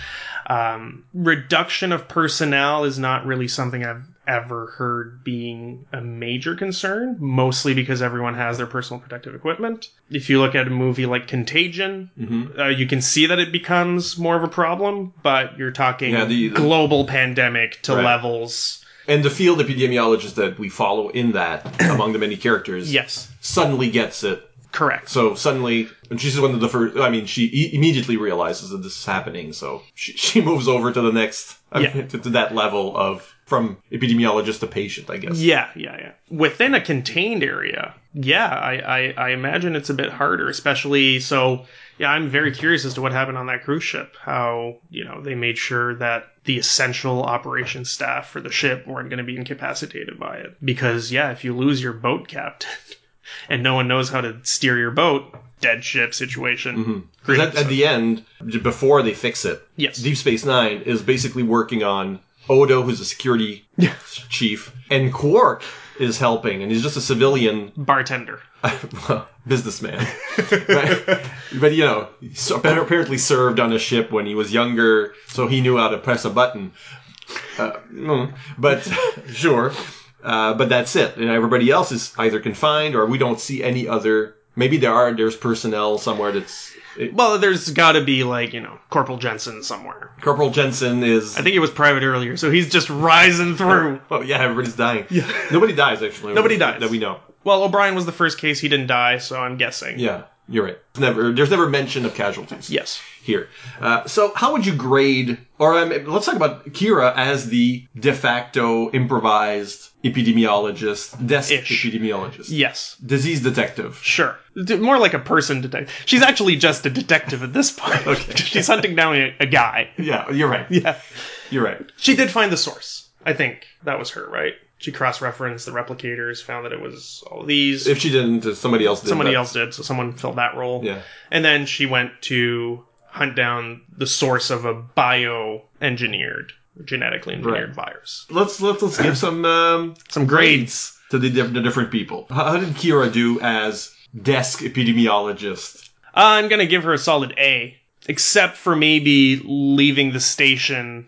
Speaker 6: Um, reduction of personnel is not really something I've ever heard being a major concern, mostly because everyone has their personal protective equipment. If you look at a movie like Contagion,
Speaker 5: Mm-hmm.
Speaker 6: uh, you can see that it becomes more of a problem, but you're talking
Speaker 5: Yeah, the- the-
Speaker 6: global pandemic to
Speaker 5: Right.
Speaker 6: levels
Speaker 5: And the field epidemiologist that we follow in that, among the many characters,
Speaker 6: Yes,
Speaker 5: suddenly gets it.
Speaker 6: correct.
Speaker 5: So suddenly, and she's one of the first. I mean, she i- immediately realizes that this is happening. So she, she moves over to the next, I
Speaker 6: Yeah.
Speaker 5: mean, to, to that level of from epidemiologist to patient, I guess.
Speaker 6: Yeah, yeah, yeah. Within a contained area, yeah, I, I, I imagine it's a bit harder, especially so. Yeah, I'm very curious as to what happened on that cruise ship. How you know they made sure that the essential operations staff for the ship weren't going to be incapacitated by it, because yeah, if you lose your boat captain and no one knows how to steer your boat, dead ship situation.
Speaker 5: Because at, at the end, j- before they fix it,
Speaker 6: Yes.
Speaker 5: Deep Space Nine is basically working on Odo, who's a security chief, and Quark is helping, and he's just a civilian
Speaker 6: Bartender.
Speaker 5: well, businessman. but, but, you know, so apparently served on a ship when he was younger, so he knew how to press a button. Uh, mm, but sure, uh, but that's it. And everybody else is either confined or we don't see any other. Maybe there are there's personnel somewhere that's. it-
Speaker 6: Well, there's got to be like you know Corporal Jensen somewhere.
Speaker 5: Corporal Jensen is.
Speaker 6: I think it was private earlier, so he's just rising through.
Speaker 5: Oh yeah, everybody's dying. Nobody dies actually.
Speaker 6: Nobody dies.
Speaker 5: that we know.
Speaker 6: Well, O'Brien was the first case. He didn't die, so I'm guessing.
Speaker 5: Yeah, you're right. It's never there's never mention of casualties.
Speaker 6: Yes.
Speaker 5: here. Uh, so, how would you grade, or um, let's talk about Kira as the de facto improvised epidemiologist, desk
Speaker 6: Ish.
Speaker 5: epidemiologist,
Speaker 6: Yes.
Speaker 5: disease detective.
Speaker 6: Sure. D- More like a person detective. She's actually just a detective at this point.
Speaker 5: Okay.
Speaker 6: She's hunting down a, a guy.
Speaker 5: Yeah, you're right.
Speaker 6: Yeah.
Speaker 5: You're right.
Speaker 6: She did find the source. I think that was her, right? She cross-referenced the replicators, found that it was all these.
Speaker 5: If she didn't, uh, somebody else did.
Speaker 6: Somebody
Speaker 5: but-
Speaker 6: else did, so someone filled that role.
Speaker 5: Yeah.
Speaker 6: And then she went to hunt down the source of a bio-engineered, genetically engineered virus.
Speaker 5: Let's let's let's give some um,
Speaker 6: Some grades.
Speaker 5: to the, diff- the different people. How, how did Kira do as desk epidemiologist?
Speaker 6: I'm gonna give her a solid A, except for maybe leaving the station.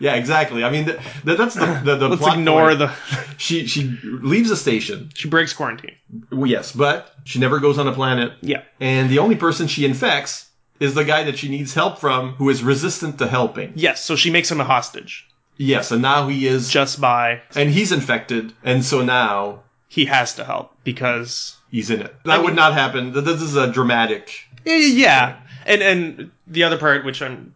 Speaker 5: Yeah, exactly. I mean, th- th- that's the the, the
Speaker 6: Let's
Speaker 5: plot
Speaker 6: ignore
Speaker 5: point.
Speaker 6: the.
Speaker 5: She she leaves the station.
Speaker 6: She breaks quarantine.
Speaker 5: Well, yes, but she never goes on a planet.
Speaker 6: Yeah.
Speaker 5: And the only person she infects is the guy that she needs help from who is resistant to helping.
Speaker 6: Yes. So she makes him a hostage
Speaker 5: Yes, and now he is
Speaker 6: just by
Speaker 5: and he's infected, and so now
Speaker 6: he has to help because
Speaker 5: he's in it. That would not happen. Th- This is a dramatic
Speaker 6: Eh, yeah. And and the other part, which I'm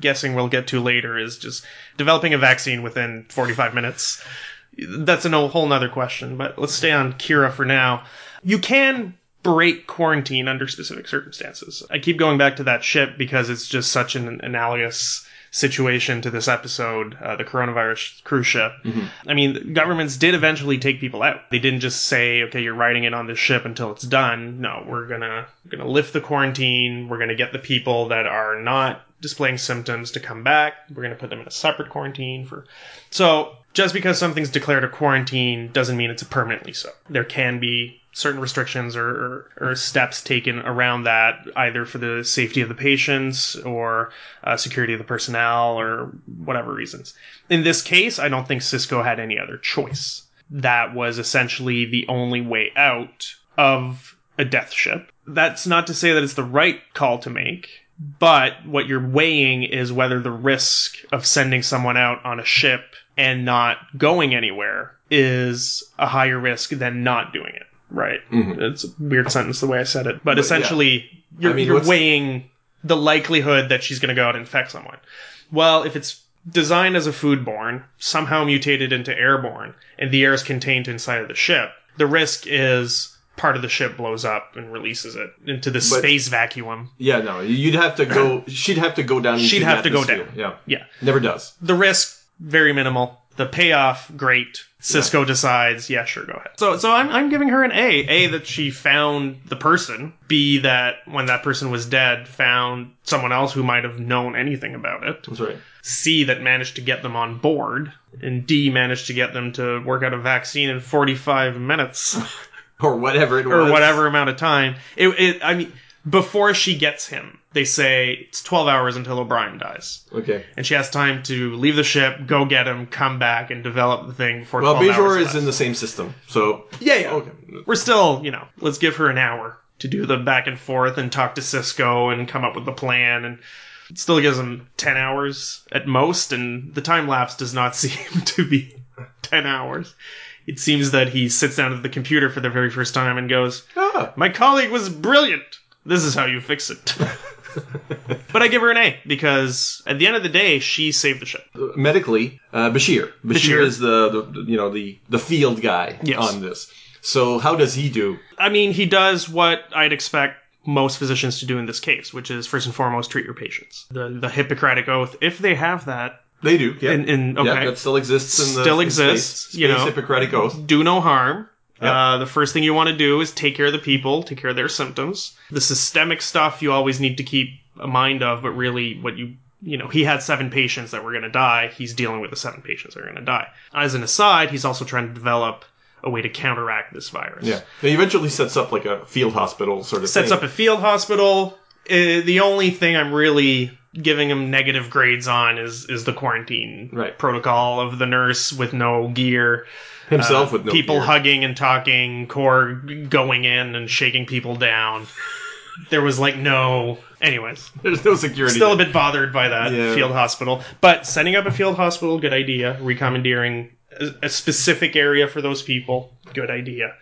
Speaker 6: guessing we'll get to later, is just developing a vaccine within 45 minutes. That's a no- whole nother question, but let's stay on Kira for now. You can break quarantine under specific circumstances. I keep going back to that ship because it's just such an analogous situation to this episode, uh, the coronavirus cruise ship. I mean, governments did eventually take people out. They didn't just say, "Okay, you're riding it on this ship until it's done." No, we're gonna we're gonna lift the quarantine. We're gonna get the people that are not displaying symptoms to come back. We're gonna put them in a separate quarantine for. So just because something's declared a quarantine doesn't mean it's permanently so. There can be certain restrictions or, or, or steps taken around that, either for the safety of the patients or uh, security of the personnel or whatever reasons. In this case, I don't think Cisco had any other choice. That was essentially the only way out of a death ship. That's not to say that it's the right call to make, but what you're weighing is whether the risk of sending someone out on a ship and not going anywhere is a higher risk than not doing it. Right. It's a weird sentence the way I said it, but, essentially you're,
Speaker 5: I mean,
Speaker 6: you're
Speaker 5: what's-
Speaker 6: weighing the likelihood that she's going to go out and infect someone. Well, if it's designed as a foodborne, somehow mutated into airborne, and the air is contained inside of the ship, the risk is part of the ship blows up and releases it into the space vacuum.
Speaker 5: Yeah, no. You'd have to go she'd have to go down into
Speaker 6: She'd
Speaker 5: the
Speaker 6: have to go
Speaker 5: atmosphere.
Speaker 6: down.
Speaker 5: Yeah.
Speaker 6: Yeah.
Speaker 5: Never does.
Speaker 6: The risk, very minimal. The payoff, great. Cisco decides, yeah, sure, go ahead. So, so I'm, I'm giving her an A. A, that she found the person. B, that when that person was dead, found someone else who might have known anything about it.
Speaker 5: That's right.
Speaker 6: C that managed to get them on board, and D managed to get them to work out a vaccine in 45 minutes
Speaker 5: Or whatever it
Speaker 6: or
Speaker 5: was.
Speaker 6: whatever amount of time. It, it, I mean, before she gets him, they say it's 12 hours until O'Brien dies,
Speaker 5: Okay.
Speaker 6: and she has time to leave the ship, go get him, come back, and develop the thing before
Speaker 5: Well
Speaker 6: 12
Speaker 5: Bejor
Speaker 6: hours
Speaker 5: is in the same system. So
Speaker 6: yeah, yeah.
Speaker 5: Okay.
Speaker 6: We're still, you know, let's give her an hour to do the back and forth and talk to Cisco and come up with the plan and it still gives them 10 hours at most and the time lapse does not seem to be 10 hours. It seems that he sits down at the computer for the very first time and goes,
Speaker 5: Ah.
Speaker 6: My colleague was brilliant. This is how you fix it. but I give her an A because at the end of the day, she saved the ship.
Speaker 5: medically uh, Bashir. Bashir.
Speaker 6: Bashir.
Speaker 5: is the, the you know the the field guy
Speaker 6: Yes.
Speaker 5: on this. So how does he do?
Speaker 6: I mean, he does what I'd expect most physicians to do in this case, which is first and foremost treat your patients. The the Hippocratic oath, if they have that,
Speaker 5: They do. Yeah.
Speaker 6: In- in- okay.
Speaker 5: Yeah, that still exists. In the,
Speaker 6: Still
Speaker 5: in space-
Speaker 6: exists, you
Speaker 5: space
Speaker 6: know.
Speaker 5: Hippocratic oath.
Speaker 6: do no harm.
Speaker 5: Yep.
Speaker 6: Uh, the first thing you want to do is take care of the people, take care of their symptoms. The systemic stuff you always need to keep a mind of, but really what you you know, he had seven patients that were going to die. He's dealing with the seven patients that are going to die. As an aside, he's also trying to develop a way to counteract this virus.
Speaker 5: Yeah. He eventually sets up like a field hospital sort of.
Speaker 6: sets
Speaker 5: thing.
Speaker 6: up a field hospital. Uh, the only thing I'm really giving him negative grades on is is the quarantine
Speaker 5: Right.
Speaker 6: protocol of the nurse with no gear,
Speaker 5: himself with no
Speaker 6: uh, people
Speaker 5: gear.
Speaker 6: hugging and talking, Korg going in and shaking people down. There was like no, anyways.
Speaker 5: There's no security.
Speaker 6: Still a bit bothered by that
Speaker 5: Yeah.
Speaker 6: field hospital, but setting up a field hospital, good idea. Recommandeering a, a specific area for those people, good idea.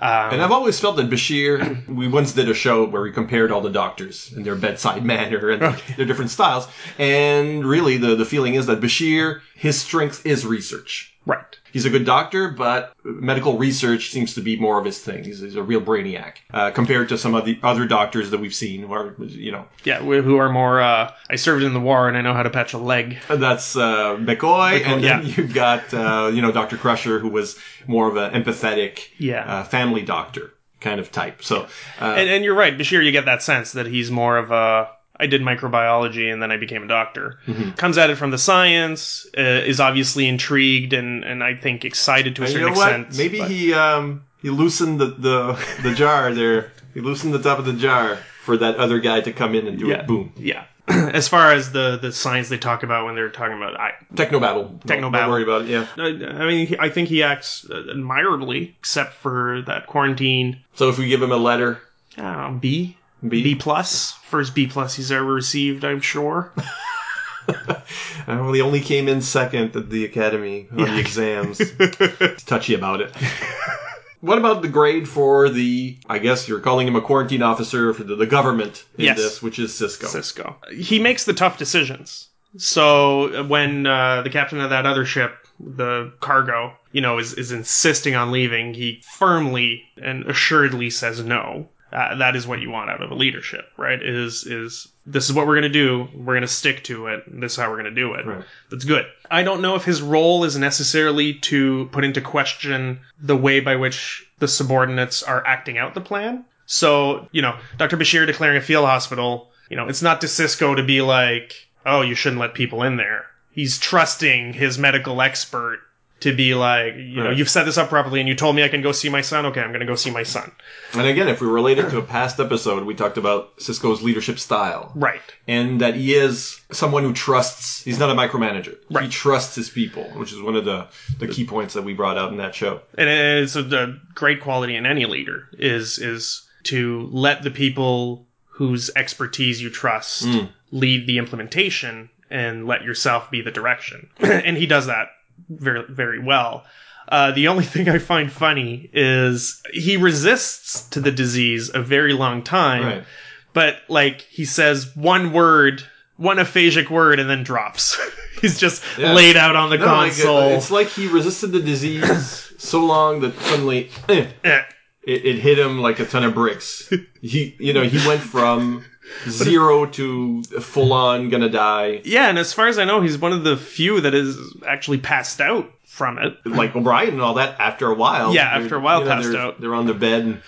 Speaker 5: And I've always felt that Bashir, we once did a show where we compared all the doctors and their bedside manner and their different styles. And really, the, the feeling is that Bashir, his strength is research.
Speaker 6: Right.
Speaker 5: He's a good doctor, but medical research seems to be more of his thing. He's, he's a real brainiac uh, compared to some of the other doctors that we've seen. Or you know,
Speaker 6: Yeah, wh- who are more, uh, I served in the war and I know how to patch a leg.
Speaker 5: that's uh, McCoy, and then
Speaker 6: yeah.
Speaker 5: you've got uh, you know Doctor Crusher, who was more of an empathetic,
Speaker 6: Yeah.
Speaker 5: uh, family doctor kind of type. So uh,
Speaker 6: And, and you're right, Bashir, you get that sense that he's more of a, I did microbiology and then I became a doctor.
Speaker 5: Mm-hmm.
Speaker 6: Comes at it from the science, uh, is obviously intrigued and, and I think excited to a certain
Speaker 5: you know what?
Speaker 6: extent.
Speaker 5: Maybe
Speaker 6: but-
Speaker 5: he um he loosened the, the the jar there. He loosened the top of the jar for that other guy to come in and do
Speaker 6: Yeah.
Speaker 5: it. Boom.
Speaker 6: Yeah. as far as the, the science they talk about when they're talking about, I,
Speaker 5: Techno battle. Don't-
Speaker 6: Techno battle.
Speaker 5: Don't worry about it. Yeah.
Speaker 6: I I mean, he- I think he acts uh, admirably, except for that quarantine.
Speaker 5: So if we give him a letter
Speaker 6: I don't know, B?
Speaker 5: B,
Speaker 6: B plus. First B plus he's ever received, I'm sure.
Speaker 5: I only only came in second at the academy on the exams. He's touchy about it. What about the grade for the? I guess you're calling him a quarantine officer for the, the government in
Speaker 6: Yes.
Speaker 5: this, which is Cisco.
Speaker 6: Cisco. He makes the tough decisions. So when uh, the captain of that other ship, the cargo, you know, is, is insisting on leaving, he firmly and assuredly says no. Uh, that is what you want out of a leadership, right? Is is this is what we're gonna do? We're gonna stick to it. This is how we're gonna do it.
Speaker 5: Right.
Speaker 6: That's good. I don't know if his role is necessarily to put into question the way by which the subordinates are acting out the plan. So, you know, Dr. Bashir declaring a field hospital, you know, it's not to Cisco to be like, oh, you shouldn't let people in there. He's trusting his medical expert to be like, you know,
Speaker 5: Right.
Speaker 6: you've set this up properly and you told me I can go see my son. Okay, I'm going to go see my son.
Speaker 5: And again, if we relate it to a past episode, we talked about Cisco's leadership style.
Speaker 6: Right.
Speaker 5: and that he is someone who trusts. He's not a micromanager. He
Speaker 6: Right.
Speaker 5: trusts his people, which is one of the, the key points that we brought out in that show.
Speaker 6: and it's a, a great quality in any leader is is to let the people whose expertise you trust
Speaker 5: Hmm.
Speaker 6: lead the implementation and let yourself be the direction and he does that very very well uh, the only thing I find funny is he resists to the disease a very long time,
Speaker 5: Right.
Speaker 6: but like he says one word, one aphasic word, and then drops. He's just
Speaker 5: Yeah.
Speaker 6: laid out on the
Speaker 5: Like,
Speaker 6: console.
Speaker 5: uh, it's like he resisted the disease so long that suddenly eh,
Speaker 6: Eh.
Speaker 5: it, it hit him like a ton of bricks. He, you know, he went from zero to full on gonna die,
Speaker 6: Yeah, and as far as I know, he's one of the few that is actually passed out from it.
Speaker 5: like O'Brien and all that. After a while,
Speaker 6: Yeah,
Speaker 5: They're-
Speaker 6: after a while
Speaker 5: you know,
Speaker 6: passed
Speaker 5: they're,
Speaker 6: out.
Speaker 5: They're on their bed, and,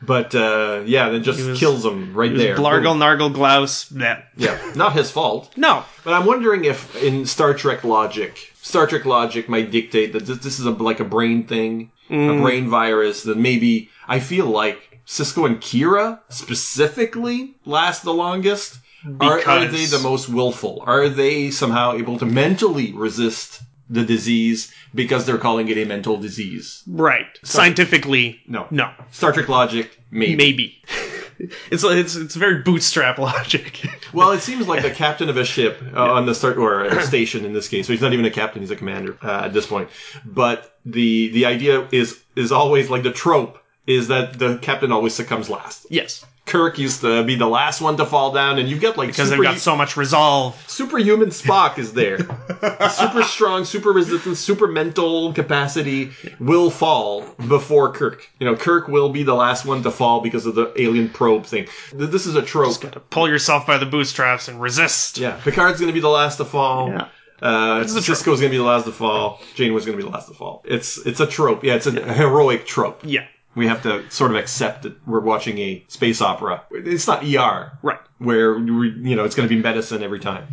Speaker 5: but uh, yeah, that just
Speaker 6: was-
Speaker 5: kills him right there.
Speaker 6: Blargle, Nargle, Glaus, that.
Speaker 5: Yeah, not his fault.
Speaker 6: No.
Speaker 5: But I'm wondering if, in Star Trek logic, Star Trek logic might dictate that this, this is a, like a brain thing, a brain virus. That maybe I feel like Cisco and Kira specifically last the longest. Are, are
Speaker 6: Because-
Speaker 5: they the most willful? Are they somehow able to mentally resist the disease because they're calling it a mental disease?
Speaker 6: Right. Scientifically,
Speaker 5: No.
Speaker 6: no.
Speaker 5: Star Trek logic, maybe.
Speaker 6: Maybe. it's it's it's very bootstrap logic.
Speaker 5: Well, it seems like the captain of a ship uh, on the start or a station in this case. So he's not even a captain; he's a commander uh, at this point. But the the idea is is always like the trope is that the captain always succumbs last.
Speaker 6: yes,
Speaker 5: Kirk used to be the last one to fall down, and you've got like
Speaker 6: because they've
Speaker 5: super-
Speaker 6: got so much resolve.
Speaker 5: superhuman Spock is there. super strong, super resistant, super mental capacity will fall before Kirk. You know, Kirk will be the last one to fall because of the alien probe thing. Th- This is a trope.
Speaker 6: Pull yourself by the bootstraps and resist.
Speaker 5: Yeah, Picard's going to be the last to fall.
Speaker 6: Yeah.
Speaker 5: Uh,
Speaker 6: a trope.
Speaker 5: Cisco's going to be the last to fall. Janeway's going to be the last to fall. It's it's a trope. Yeah, it's a heroic trope.
Speaker 6: Yeah.
Speaker 5: We have to sort of accept that we're watching a space opera. It's not ER,
Speaker 6: Right.
Speaker 5: Where we- you know it's going to be medicine every time.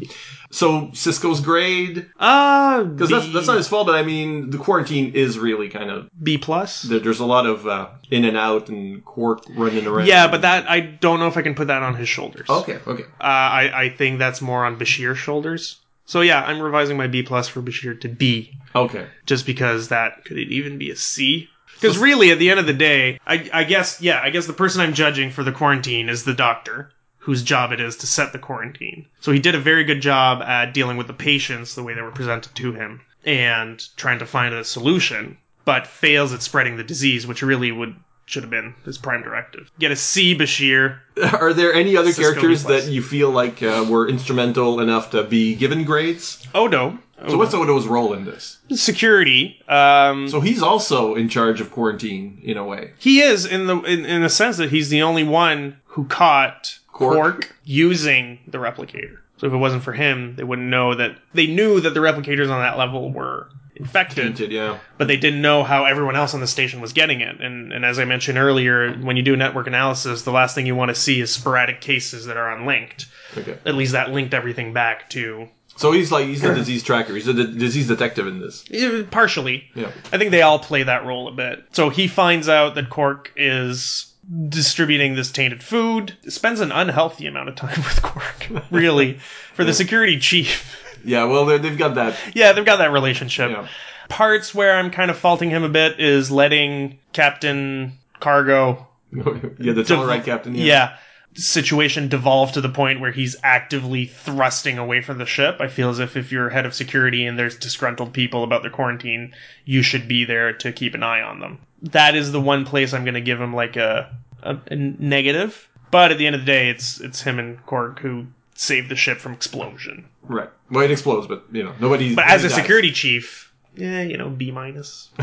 Speaker 5: So Cisco's grade,
Speaker 6: Uh,
Speaker 5: because that's, that's not his fault, but I mean, the quarantine is really kind of.
Speaker 6: B plus.
Speaker 5: there- There's a lot of uh, in and out and quark running around.
Speaker 6: yeah, but that I don't know if I can put that on his shoulders.
Speaker 5: Okay, okay.
Speaker 6: Uh, I I think that's more on Bashir's shoulders. So yeah, I'm revising my B plus for Bashir to B,
Speaker 5: Okay.
Speaker 6: just because that could it even be a C? Because really, at the end of the day, I I guess yeah, I guess the person I'm judging for the quarantine is the doctor. Whose job it is to set the quarantine. So he did a very good job at dealing with the patients the way they were presented to him and trying to find a solution, but fails at spreading the disease, which really would should have been his prime directive. Get a C, Bashir.
Speaker 5: Are there any other
Speaker 6: Cisco
Speaker 5: characters
Speaker 6: Duplex.
Speaker 5: that you feel like uh, were instrumental enough to be given grades?
Speaker 6: Odo.
Speaker 5: So what's Odo's role in this?
Speaker 6: security. Um,
Speaker 5: So he's also in charge of quarantine in a way.
Speaker 6: he is in the in, in the sense that he's the only one who caught
Speaker 5: Quark.
Speaker 6: Quark. using the replicator. So if it wasn't for him, they wouldn't know that they knew that the replicators on that level were infected,
Speaker 5: Did yeah.
Speaker 6: but they didn't know how everyone else on the station was getting it. And and as I mentioned earlier, when you do network analysis, the last thing you want to see is sporadic cases that are unlinked.
Speaker 5: Okay.
Speaker 6: At least that linked everything back to
Speaker 5: So he's like he's the disease tracker. He's the d- disease detective in this.
Speaker 6: eh, partially
Speaker 5: Yeah.
Speaker 6: I think they all play that role a bit. So he finds out that Cork is distributing this tainted food, spends an unhealthy amount of time with Cork, really, for the security chief.
Speaker 5: Yeah. Well, they're- they've got that.
Speaker 6: Yeah, they've got that relationship.
Speaker 5: Yeah.
Speaker 6: Parts where I'm kind of faulting him a bit is letting Captain Cargo,
Speaker 5: yeah. The Telluride captain.
Speaker 6: yeah. situation devolve to the point where he's actively thrusting away from the ship. I feel as if if you're head of security and there's disgruntled people about their quarantine, you should be there to keep an eye on them. That is the one place I'm going to give him like a, a, a negative. But at the end of the day, it's it's him and Korg who save the ship from explosion.
Speaker 5: Right. Well, it explodes, but you know nobody.
Speaker 6: But as
Speaker 5: nobody
Speaker 6: a
Speaker 5: dies.
Speaker 6: security chief, yeah, you know, B minus.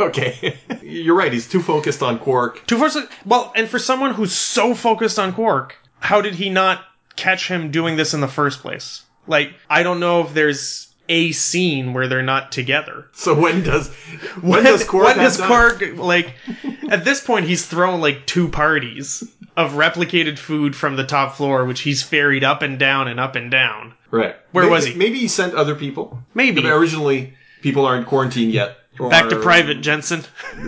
Speaker 5: Okay. You're right. He's too focused on Quark.
Speaker 6: Two forces. Well, and for someone who's so focused on Quark, how did he not catch him doing this in the first place? Like, I don't know if there's a scene where they're not together.
Speaker 5: So when does when, does Quark
Speaker 6: When
Speaker 5: have
Speaker 6: does
Speaker 5: time?
Speaker 6: Quark like? at this point, he's thrown like two parties of replicated food from the top floor, which he's ferried up and down and up and down.
Speaker 5: Right.
Speaker 6: Where
Speaker 5: Maybe-
Speaker 6: was he?
Speaker 5: Maybe he sent other people.
Speaker 6: Maybe
Speaker 5: But originally, people aren't quarantined yet. Or-
Speaker 6: back to private Jensen.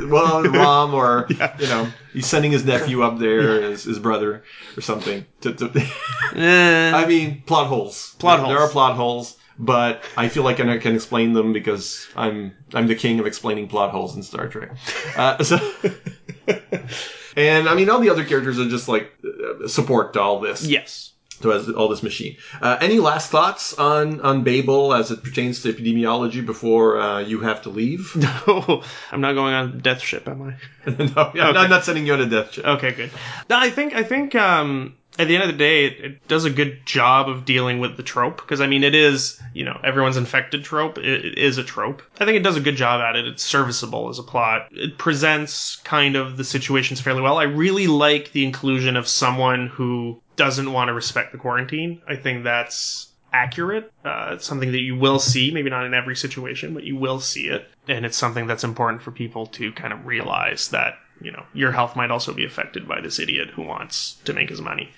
Speaker 5: Well, Rom or you know, he's sending his nephew up there, his, his brother or something. To, to
Speaker 6: uh,
Speaker 5: I mean, plot holes.
Speaker 6: Plot
Speaker 5: There-
Speaker 6: holes.
Speaker 5: There are plot holes, but I feel like I can explain them because I'm I'm the king of explaining plot holes in Star Trek. Uh, so, and I mean, all the other characters are just like uh, support to all this.
Speaker 6: yes.
Speaker 5: To as- all this machine. Uh, any last thoughts on on Babel as it pertains to epidemiology before uh, you have to leave? no,
Speaker 6: I'm not going on death ship, am I?
Speaker 5: I'm not- not sending you on a death ship.
Speaker 6: Okay, good. No, I think I think um, at the end of the day, it, it does a good job of dealing with the trope because I mean, it is you know everyone's infected trope. It, it is a trope. I think it does a good job at it. It's serviceable as a plot. It presents kind of the situations fairly well. I really like the inclusion of someone who doesn't want to respect the quarantine. I think that's accurate. Uh, it's something that you will see, maybe not in every situation, but you will see it. And it's something that's important for people to kind of realize that, you know, your health might also be affected by this idiot who wants to make his money.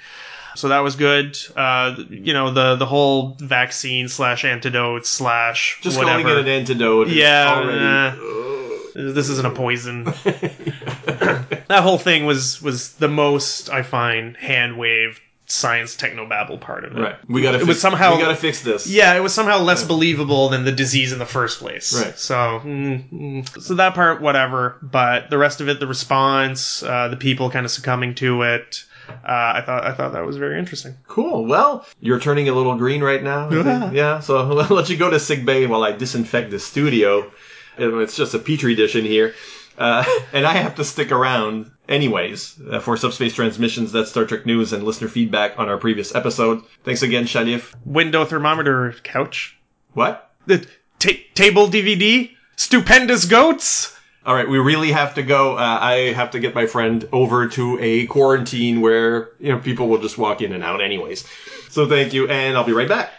Speaker 6: So that was good. Uh, you know, the, the whole vaccine slash antidote slash
Speaker 5: Just
Speaker 6: whatever.
Speaker 5: calling it an antidote. is uh,
Speaker 6: yeah.
Speaker 5: already-
Speaker 6: eh, this isn't a poison. that whole thing was, was the most, I find, hand waved science technobabble part of it.
Speaker 5: right. We gotta. Fix,
Speaker 6: was somehow-
Speaker 5: We gotta fix this.
Speaker 6: Yeah, it was somehow less believable than the disease in the first place.
Speaker 5: Right.
Speaker 6: So, mm, mm. so that part, whatever. But the rest of it, the response, uh, the people kind of succumbing to it. uh, I thought I thought that was very interesting.
Speaker 7: Cool. Well, you're turning a little green right now. I
Speaker 6: Yeah.
Speaker 7: think. yeah. So I'll let you go to sick bay while I disinfect the studio. And It's just a petri dish in here, uh, and I have to stick around anyways uh, for subspace transmissions. That's Star Trek news and listener feedback on our previous episode. Thanks again, Shalif.
Speaker 6: Window thermometer couch,
Speaker 7: What?
Speaker 6: the ta- table DVD, stupendous goats.
Speaker 7: All right, we really have to go. Uh, I have to get my friend over to a quarantine where you know people will just walk in and out, anyways. So thank you, and I'll be right back.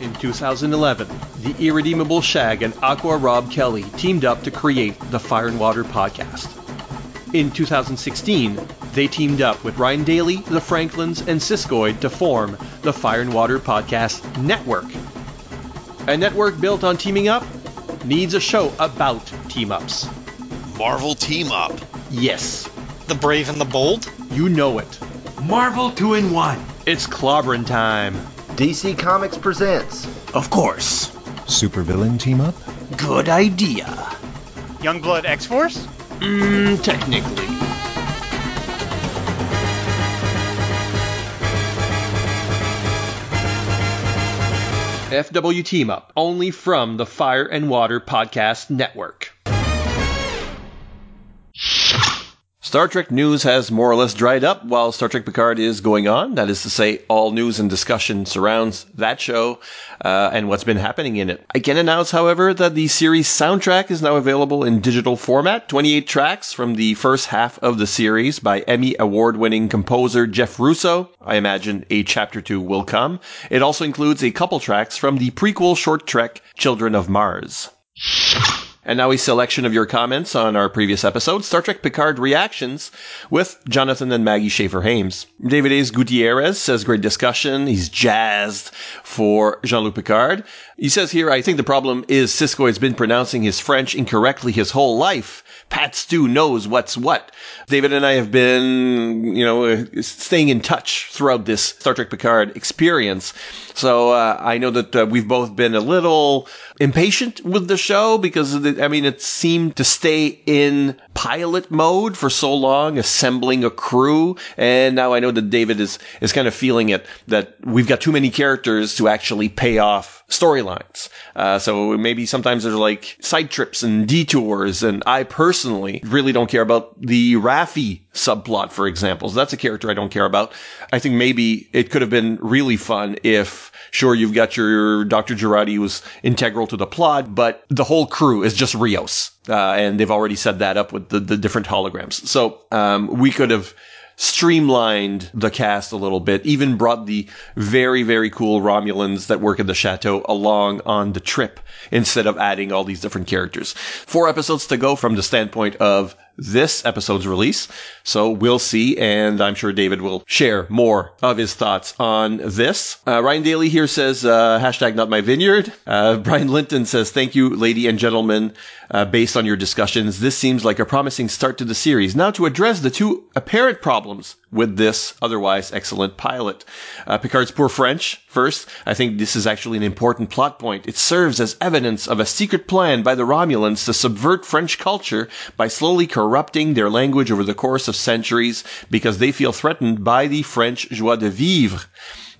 Speaker 5: In 2011, the irredeemable Shag and Aqua Rob Kelly teamed up to create the Fire and Water podcast. In 2016, they teamed up with Ryan Daly, the Franklins, and Siskoid to form the Fire and Water Podcast Network. A network built on teaming up needs a show about team ups.
Speaker 8: Marvel Team Up.
Speaker 5: Yes,
Speaker 9: The Brave and the Bold?
Speaker 5: you know it.
Speaker 10: Marvel 2 in 1.
Speaker 5: It's clobbering time.
Speaker 11: DC Comics presents
Speaker 5: Of course.
Speaker 12: Supervillain team up?
Speaker 5: Good idea.
Speaker 9: Youngblood X Force?
Speaker 5: Mm, technically. FW Team Up, only from the Fire and Water Podcast Network. Star Trek news has more or less dried up while Star Trek Picard is going on. That is to say, all news and discussion surrounds that show uh, and what's been happening in it. I can announce, however, that the series soundtrack is now available in digital format 28 tracks from the first half of the series by Emmy Award winning composer Jeff Russo. I imagine a chapter two will come. It also includes a couple tracks from the prequel short trek Children of Mars. And now a selection of your comments on our previous episode, Star Trek Picard Reactions, with Jonathan and Maggie Schaefer Hames. David A's Gutierrez says, great discussion. He's jazzed for Jean-Luc Picard. He says here, I think the problem is Sisko has been pronouncing his French incorrectly his whole life. Pat Stu knows what's what. David and I have been, you know, uh, staying in touch throughout this Star Trek Picard experience. So uh, I know that uh, we've both been a little impatient with the show because, of the, I mean, it seemed to stay in pilot mode for so long, assembling a crew. And now I know that David is, is kind of feeling it that we've got too many characters to actually pay off storylines. Uh, so maybe sometimes there's like side trips and detours. And I personally really don't care about the Raffi subplot, for example. So that's a character I don't care about. I think maybe it could have been really fun if, sure, you've got your Dr. Girardi who's integral to the plot, but the whole crew is just Rios. Uh, and they've already set that up with the, the different holograms. So, um, we could have, streamlined the cast a little bit, even brought the very, very cool Romulans that work at the chateau along on the trip instead of adding all these different characters. Four episodes to go from the standpoint of this episode's release. So we'll see, and I'm sure David will share more of his thoughts on this. Uh, Ryan Daly here says, uh, hashtag not my vineyard. Uh, Brian Linton says, thank you, lady and gentlemen, uh, based on your discussions. This seems like a promising start to the series. Now to address the two apparent problems with this otherwise excellent pilot. Uh, Picard's poor French, first. I think this is actually an important plot point. It serves as evidence of a secret plan by the Romulans to subvert French culture by slowly corrupting their language over the course of centuries because they feel threatened by the French joie de vivre.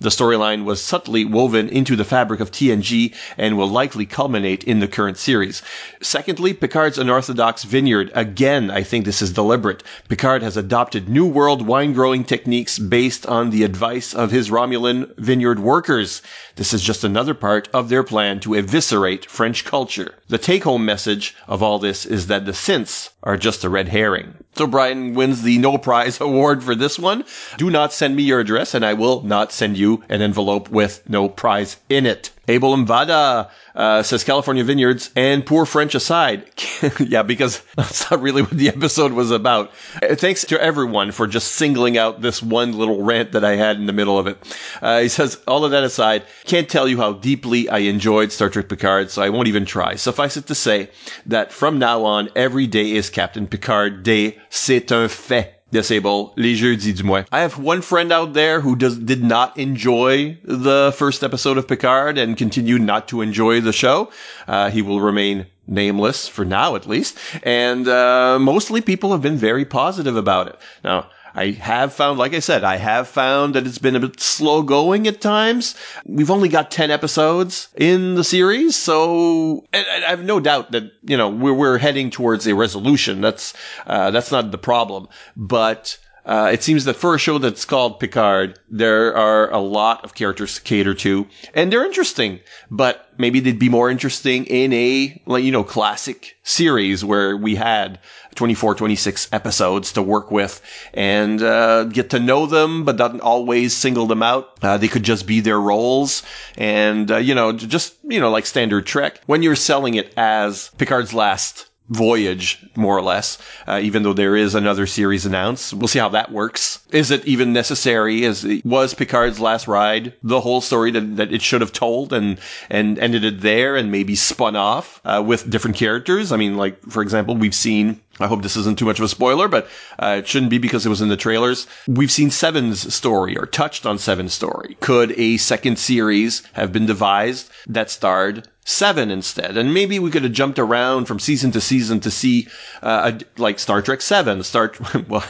Speaker 5: The storyline was subtly woven into the fabric of TNG and will likely culminate in the current series. Secondly, Picard's unorthodox vineyard. Again, I think this is deliberate. Picard has adopted New World wine growing techniques based on the advice of his Romulan vineyard workers. This is just another part of their plan to eviscerate French culture. The take home message of all this is that the synths are just a red herring. So Brian wins the No Prize Award for this one. Do not send me your address and I will not send you an envelope with no prize in it. Abel Mvada uh, says California vineyards and poor French aside. yeah, because that's not really what the episode was about. Uh, Thanks to everyone for just singling out this one little rant that I had in the middle of it. Uh, he says, all of that aside, can't tell you how deeply I enjoyed Star Trek Picard, so I won't even try. Suffice it to say that from now on, every day is Captain Picard Day. C'est un fait disable les jeudis du mois. I have one friend out there who does did not enjoy the first episode of Picard and continue not to enjoy the show. Uh, he will remain nameless for now at least, and uh, mostly people have been very positive about it. Now, I have found, like I said, I have found that it's been a bit slow going at times. We've only got 10 episodes in the series, so and I I have no doubt that, you know, we're, we're heading towards a resolution. That's, uh, that's not the problem. But, uh, it seems that for a show that's called Picard, there are a lot of characters to cater to, and they're interesting, but maybe they'd be more interesting in a, like, you know, classic series where we had 24, 26 episodes to work with and, uh, get to know them, but not always single them out. Uh, they could just be their roles and, uh, you know, j- just, you know, like standard Trek. When you're selling it as Picard's last voyage, more or less, uh, even though there is another series announced. We'll see how that works. Is it even necessary? Is was Picard's last ride the whole story that, that it should have told and and ended it there and maybe spun off uh, with different characters? I mean, like for example, we've seen. I hope this isn't too much of a spoiler, but uh, it shouldn't be because it was in the trailers. We've seen Seven's story or touched on Seven's story. Could a second series have been devised that starred seven instead. And maybe we could have jumped around from season to season to see, uh, a, like Star Trek Seven. Star, well,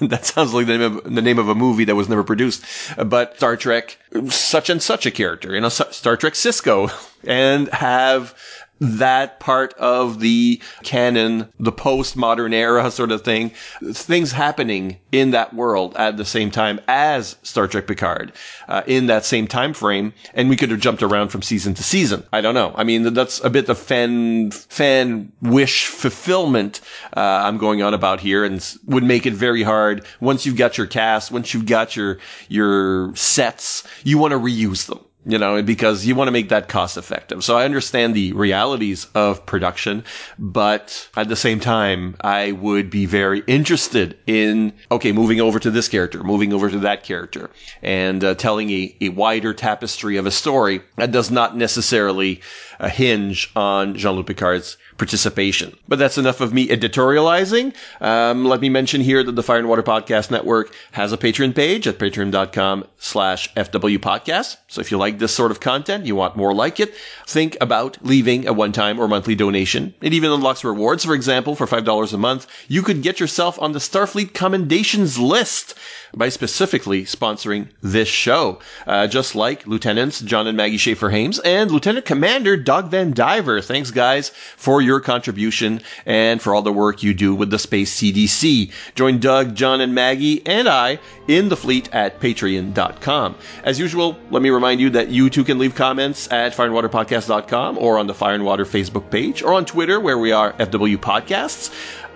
Speaker 5: that sounds like the name, of, the name of a movie that was never produced, but Star Trek such and such a character, you know, Star Trek Cisco, and have that part of the canon, the postmodern era sort of thing, things happening in that world at the same time as Star Trek Picard uh, in that same time frame, and we could have jumped around from season to season. I don't know. I mean, that's a bit of fan fan wish fulfillment uh, I'm going on about here, and would make it very hard once you've got your cast, once you've got your your sets, you want to reuse them you know, because you want to make that cost effective. So I understand the realities of production, but at the same time, I would be very interested in, okay, moving over to this character, moving over to that character and uh, telling a, a wider tapestry of a story that does not necessarily uh, hinge on Jean-Luc Picard's participation. But that's enough of me editorializing. Um, let me mention here that the Fire and Water Podcast Network has a Patreon page at patreon.com slash FW podcast. So if you like this sort of content, you want more like it, think about leaving a one-time or monthly donation. It even unlocks rewards. For example, for $5 a month, you could get yourself on the Starfleet commendations list by specifically sponsoring this show. Uh, just like Lieutenants John and Maggie Schaefer Hames and Lieutenant Commander Doug Van Diver. Thanks guys for your contribution and for all the work you do with the Space CDC. Join Doug, John, and Maggie and I in the fleet at patreon.com. As usual, let me remind you that you too can leave comments at fireandwaterpodcast.com or on the Fire and Water Facebook page or on Twitter where we are FW Podcasts.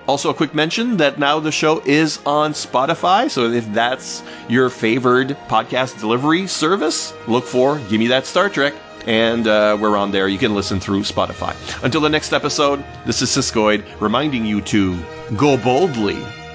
Speaker 5: Also, a quick mention that now the show is on Spotify. So if that's your favored podcast delivery service, look for Give Me That Star Trek. And uh, we're on there. You can listen through Spotify. Until the next episode, this is Siskoid reminding you to go boldly